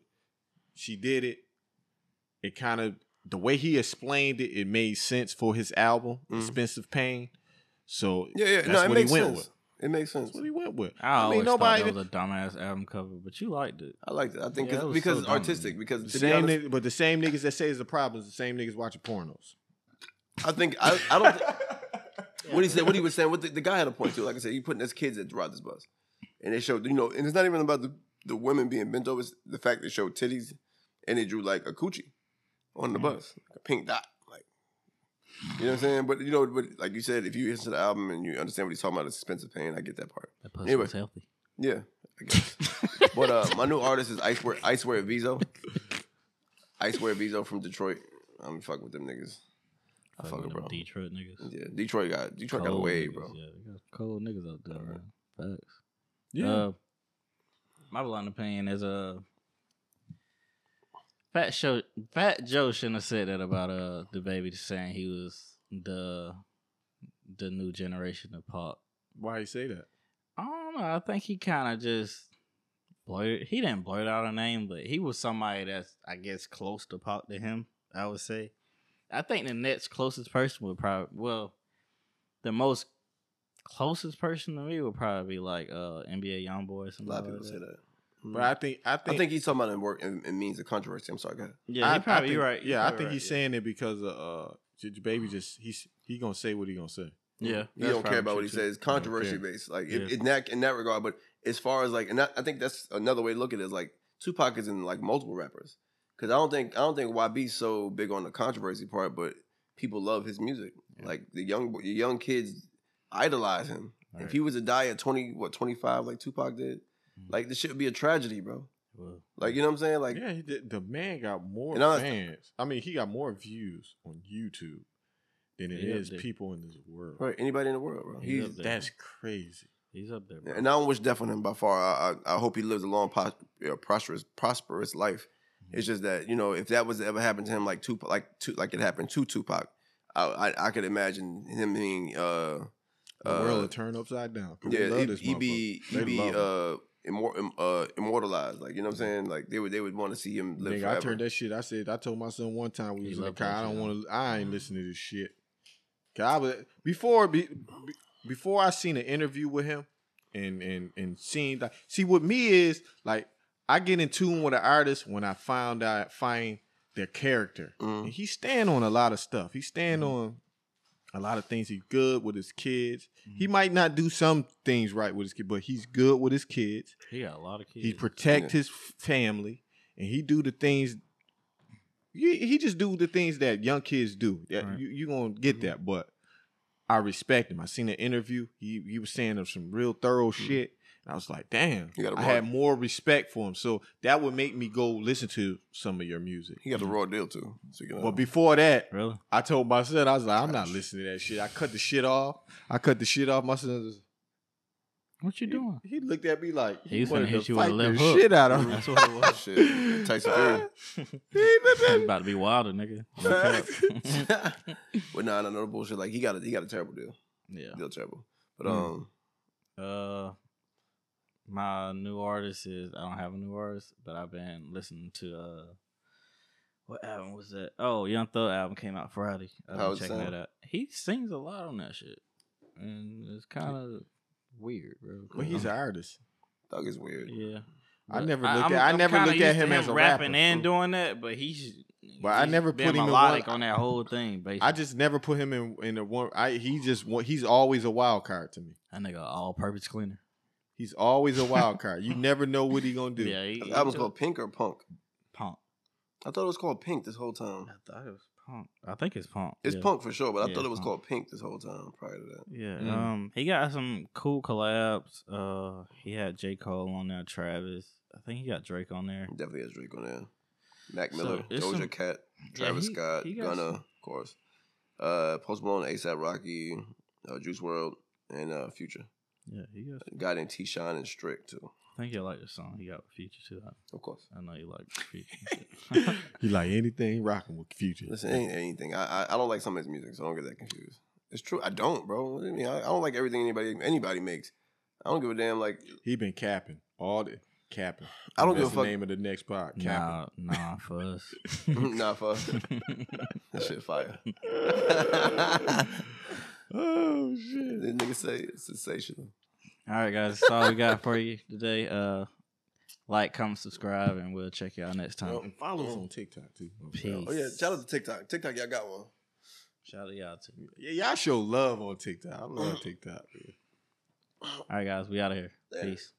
Speaker 1: She did it. It kind of the way he explained it, it made sense for his album,
Speaker 3: Mhm.
Speaker 1: Expensive Pain. So
Speaker 3: yeah, yeah,
Speaker 1: that's
Speaker 3: no, it
Speaker 1: what
Speaker 3: makes
Speaker 1: he went
Speaker 3: sense.
Speaker 1: with.
Speaker 3: It makes sense.
Speaker 1: That's what he went with.
Speaker 2: I,
Speaker 1: I mean,
Speaker 2: always
Speaker 1: nobody-
Speaker 2: thought that was a dumbass album cover, but you liked it.
Speaker 3: I like that. I think
Speaker 2: Yeah,
Speaker 3: 'cause-
Speaker 2: that was
Speaker 3: because
Speaker 2: so
Speaker 3: it's
Speaker 2: dumb.
Speaker 3: artistic. Because
Speaker 1: The
Speaker 3: to be
Speaker 1: same,
Speaker 3: honest,
Speaker 1: nigg- but the same niggas that say is the problem is the same niggas watching pornos.
Speaker 3: I think I, I don't.
Speaker 2: [LAUGHS]
Speaker 3: what he said, what he was saying, what the, the guy had a point too. Like I said, he putting his kids that ride this bus, and they showed you know, and it's not even about the, the women being bent over. It's the fact they showed titties, and they drew like a coochie
Speaker 2: Mm-hmm.
Speaker 3: on the bus, like a pink dot, like you know what I'm saying. But you know, but like you said, if you listen to the album and you understand what he's talking about, it's expensive pain. I get that part.
Speaker 2: That pussy
Speaker 3: Anyway.
Speaker 2: was healthy.
Speaker 3: Yeah, I guess.
Speaker 2: [LAUGHS]
Speaker 3: but uh, my new artist is Icewear Icewear Vizo. Icewear Vizo from Detroit. I'm fucking with them niggas. I fuck
Speaker 2: with
Speaker 3: with
Speaker 2: them
Speaker 3: bro.
Speaker 2: Detroit niggas.
Speaker 3: Yeah, Detroit got Detroit got
Speaker 2: Cold
Speaker 3: away,
Speaker 2: niggas,
Speaker 3: bro.
Speaker 2: Yeah, they got cold niggas out there. Bro. Facts.
Speaker 1: Yeah,
Speaker 2: Uh, my blind opinion is uh, Fat Joe. Fat Joe shouldn't have said that about uh the baby saying he was the the new generation of pop.
Speaker 1: why he say that?
Speaker 2: I don't know. I think he kind of just blurted. He didn't blurt out a name, but he was somebody that's I guess close to pop to him. I would say. I think the next closest person would probably well, the most closest person to me would probably be like uh NBA YoungBoy or
Speaker 3: A
Speaker 2: something.
Speaker 3: lot of
Speaker 2: like
Speaker 3: people say that. Mm.
Speaker 1: But I think I
Speaker 3: I
Speaker 1: think,
Speaker 3: think he's talking about it in work and it means the controversy. I'm sorry, go ahead.
Speaker 2: Yeah,
Speaker 1: I-
Speaker 2: he
Speaker 1: I
Speaker 2: probably
Speaker 1: think-
Speaker 2: you're right. You're
Speaker 1: Yeah, I
Speaker 2: probably
Speaker 1: think
Speaker 2: right,
Speaker 1: he's saying it because of uh, J- J- baby just he's he gonna say what he gonna say.
Speaker 2: yeah. yeah
Speaker 3: He don't care about what he
Speaker 1: true, too.
Speaker 3: says. Controversy
Speaker 1: Yeah.
Speaker 3: based, like
Speaker 2: Yeah.
Speaker 3: in, in that in that regard. But as far as like, and that, I think that's another way to look at it is like Tupac is in like multiple rappers. Because I don't think I don't think YB's so big on the controversy part, but people love his music.
Speaker 2: Yeah.
Speaker 3: Like the young the young kids idolize him. If he was to die at twenty, what twenty five, like Tupac did,
Speaker 2: Mhm.
Speaker 3: like this shit would be a tragedy, bro. Like you know what I'm saying? Like
Speaker 1: yeah, he did, the man got more
Speaker 3: And I was-
Speaker 1: fans. I mean, he got more views on YouTube than it
Speaker 2: He up
Speaker 1: is
Speaker 2: there.
Speaker 1: people in this world.
Speaker 3: right, anybody in the world, bro.
Speaker 2: He
Speaker 3: He's
Speaker 2: up there.
Speaker 1: That's crazy.
Speaker 2: he's up there. Bro.
Speaker 3: And I don't wish death on him by far. I, I, I hope he lives a long, pos- uh, prosperous, prosperous life.
Speaker 1: Mm-hmm.
Speaker 3: It's just that you know if that was to ever happen to him like Tupac, like Tu- like it happened to Tupac, I I, I could imagine him being uh,
Speaker 1: The
Speaker 3: uh,
Speaker 1: world will turn upside down. They
Speaker 3: yeah, E,
Speaker 1: love
Speaker 3: he,
Speaker 1: this
Speaker 3: he be
Speaker 1: motherfucker.
Speaker 3: he
Speaker 1: They
Speaker 3: be
Speaker 1: love him.
Speaker 3: uh, immor- im- uh immortalized. Like you know what I'm saying? Like they would they would want to see him live
Speaker 1: Nigga,
Speaker 3: forever.
Speaker 1: I turned that shit. I said, I told my son one time we
Speaker 2: He
Speaker 1: was in the
Speaker 2: loved
Speaker 1: car.
Speaker 2: that
Speaker 1: I don't
Speaker 2: shit, Mm-hmm.
Speaker 1: want to. I ain't listening to this shit. 'Cause I was before be, be- before I seen an interview with him, and and and seeing like see what me is like. I get in tune with an artist when I found out find their character.
Speaker 2: Mm-hmm.
Speaker 3: Mm.
Speaker 1: And he stand on a lot of stuff. He stand
Speaker 2: Mhm.
Speaker 1: on a lot of things. He's good with his kids. He
Speaker 2: Mhm.
Speaker 1: might not do some things right with his kid, but he's good with his kids.
Speaker 2: He got a lot of kids.
Speaker 1: He protect
Speaker 3: Yeah.
Speaker 1: his family, and he do the things. He, he just do the things that young kids do. Yeah,
Speaker 2: Right. Mm-hmm.
Speaker 1: you you gonna get that, but I respect him. I seen an interview. He he was saying some real thorough
Speaker 2: Mm-hmm.
Speaker 1: shit. And I was like, damn,
Speaker 3: You got a
Speaker 1: I
Speaker 3: bar-
Speaker 1: had more respect for him. So that would make me go listen to some of your music.
Speaker 3: He got the raw deal too. So you know,
Speaker 1: But before that,
Speaker 2: really?
Speaker 1: I told my son, I was like, I'm not listening to that shit. I cut the shit off. I cut the shit off. My son was,
Speaker 2: What you
Speaker 3: [LAUGHS]
Speaker 2: doing?
Speaker 1: he looked at me like
Speaker 2: He was
Speaker 1: wanted
Speaker 2: finna hit
Speaker 1: to
Speaker 2: you with a
Speaker 1: fight
Speaker 2: left
Speaker 1: the
Speaker 2: hook.
Speaker 1: shit out of him.
Speaker 2: That's what it was.
Speaker 3: Mm-hmm. shit, Tyson
Speaker 1: [LAUGHS]
Speaker 3: Fury.
Speaker 1: He looked at
Speaker 2: He's about to be wilder, nigga. Look up.
Speaker 3: but nah, nah, no bullshit. Like he got a he got a terrible deal,
Speaker 2: [LAUGHS] yeah.
Speaker 3: deal terrible. But
Speaker 1: Mm.
Speaker 3: um,
Speaker 2: Uh, my new artist is I don't have a new artist, but I've been listening to uh, what album was that? Oh, Young Thug album came out Friday. I've
Speaker 3: How
Speaker 2: been
Speaker 3: it
Speaker 2: checking
Speaker 3: sound?
Speaker 2: that out. He sings a lot on that shit, and it's kind of weird, bro.
Speaker 1: [LAUGHS] But he's an artist.
Speaker 3: Thug is weird.
Speaker 2: yeah.
Speaker 1: I
Speaker 2: But
Speaker 1: never
Speaker 2: I-
Speaker 1: look
Speaker 2: I'm-
Speaker 1: at I
Speaker 2: I'm
Speaker 1: never
Speaker 2: kinda
Speaker 1: look at
Speaker 2: used to
Speaker 1: him, as a rapper.
Speaker 2: rapping and doing that, but he's
Speaker 1: But I
Speaker 2: he's
Speaker 1: never
Speaker 2: been
Speaker 1: put him in
Speaker 2: melodic
Speaker 1: one-
Speaker 2: on that whole thing. Basically,
Speaker 1: I just never put him in in a one. I he just wa- he's always a wild card to me.
Speaker 2: that nigga all purpose cleaner.
Speaker 1: He's always a
Speaker 2: [LAUGHS]
Speaker 1: wild card. You never know what he gonna do.
Speaker 2: Yeah, he,
Speaker 3: The
Speaker 2: he
Speaker 3: album's
Speaker 2: just-
Speaker 3: called Pink or Punk.
Speaker 2: Punk.
Speaker 3: I thought it was called Pink this whole time.
Speaker 2: I thought it was Punk. I think it's Punk.
Speaker 3: It's
Speaker 2: yeah.
Speaker 3: Punk for sure, but I
Speaker 2: Yeah,
Speaker 3: thought it was
Speaker 2: Punk.
Speaker 3: called Pink this whole time prior to that.
Speaker 2: Yeah.
Speaker 1: Mm.
Speaker 2: Um he got some cool collabs. Uh he had J. Cole on there, Travis. I think he got Drake on there.
Speaker 3: Definitely has Drake on there. Mac
Speaker 2: So,
Speaker 3: Miller,
Speaker 2: it's
Speaker 3: Doja
Speaker 2: some-
Speaker 3: Cat,
Speaker 2: Yeah,
Speaker 3: Travis
Speaker 2: he-
Speaker 3: Scott,
Speaker 2: he got
Speaker 3: Gunna,
Speaker 2: some-
Speaker 3: of course. Uh, Post Malone, ASAP Rocky, uh, Juice World, and uh, Future.
Speaker 2: Yeah, he got
Speaker 3: A guy named T. Shine and Strick too,
Speaker 2: I think you like the song. He got with Future too. I,
Speaker 3: of course.
Speaker 2: I know you like Future. and
Speaker 3: [LAUGHS]
Speaker 2: shit.
Speaker 1: He like anything rocking with Future.
Speaker 3: Listen, it ain't anything. I, I I don't like some of his music, so don't get that confused. It's true. I don't, bro. What do you mean? I, I don't like everything anybody anybody makes. I don't give a damn. Like
Speaker 1: He been capping all the capping.
Speaker 3: I don't
Speaker 1: That's
Speaker 3: give a fuck.
Speaker 1: The name of the next pod. Capping.
Speaker 2: nah, nah, for us.
Speaker 3: [LAUGHS] nah, fuck
Speaker 2: [LAUGHS]
Speaker 3: that shit fire.
Speaker 1: oh
Speaker 3: This
Speaker 1: shit.
Speaker 3: nigga say it's sensational.
Speaker 2: all right, guys. That's all we got for you today. Uh like, comment, subscribe, and we'll check y'all next time.
Speaker 1: And follow
Speaker 3: Mm.
Speaker 1: us on TikTok too.
Speaker 2: Peace.
Speaker 3: Oh yeah, shout out to TikTok. TikTok, y'all got one.
Speaker 2: Shout out to y'all too.
Speaker 1: Yeah,
Speaker 3: [CLEARS THROAT]
Speaker 1: y'all show love on TikTok. I love TikTok. man.
Speaker 2: All right, guys, we out of here.
Speaker 3: Later.
Speaker 2: Peace.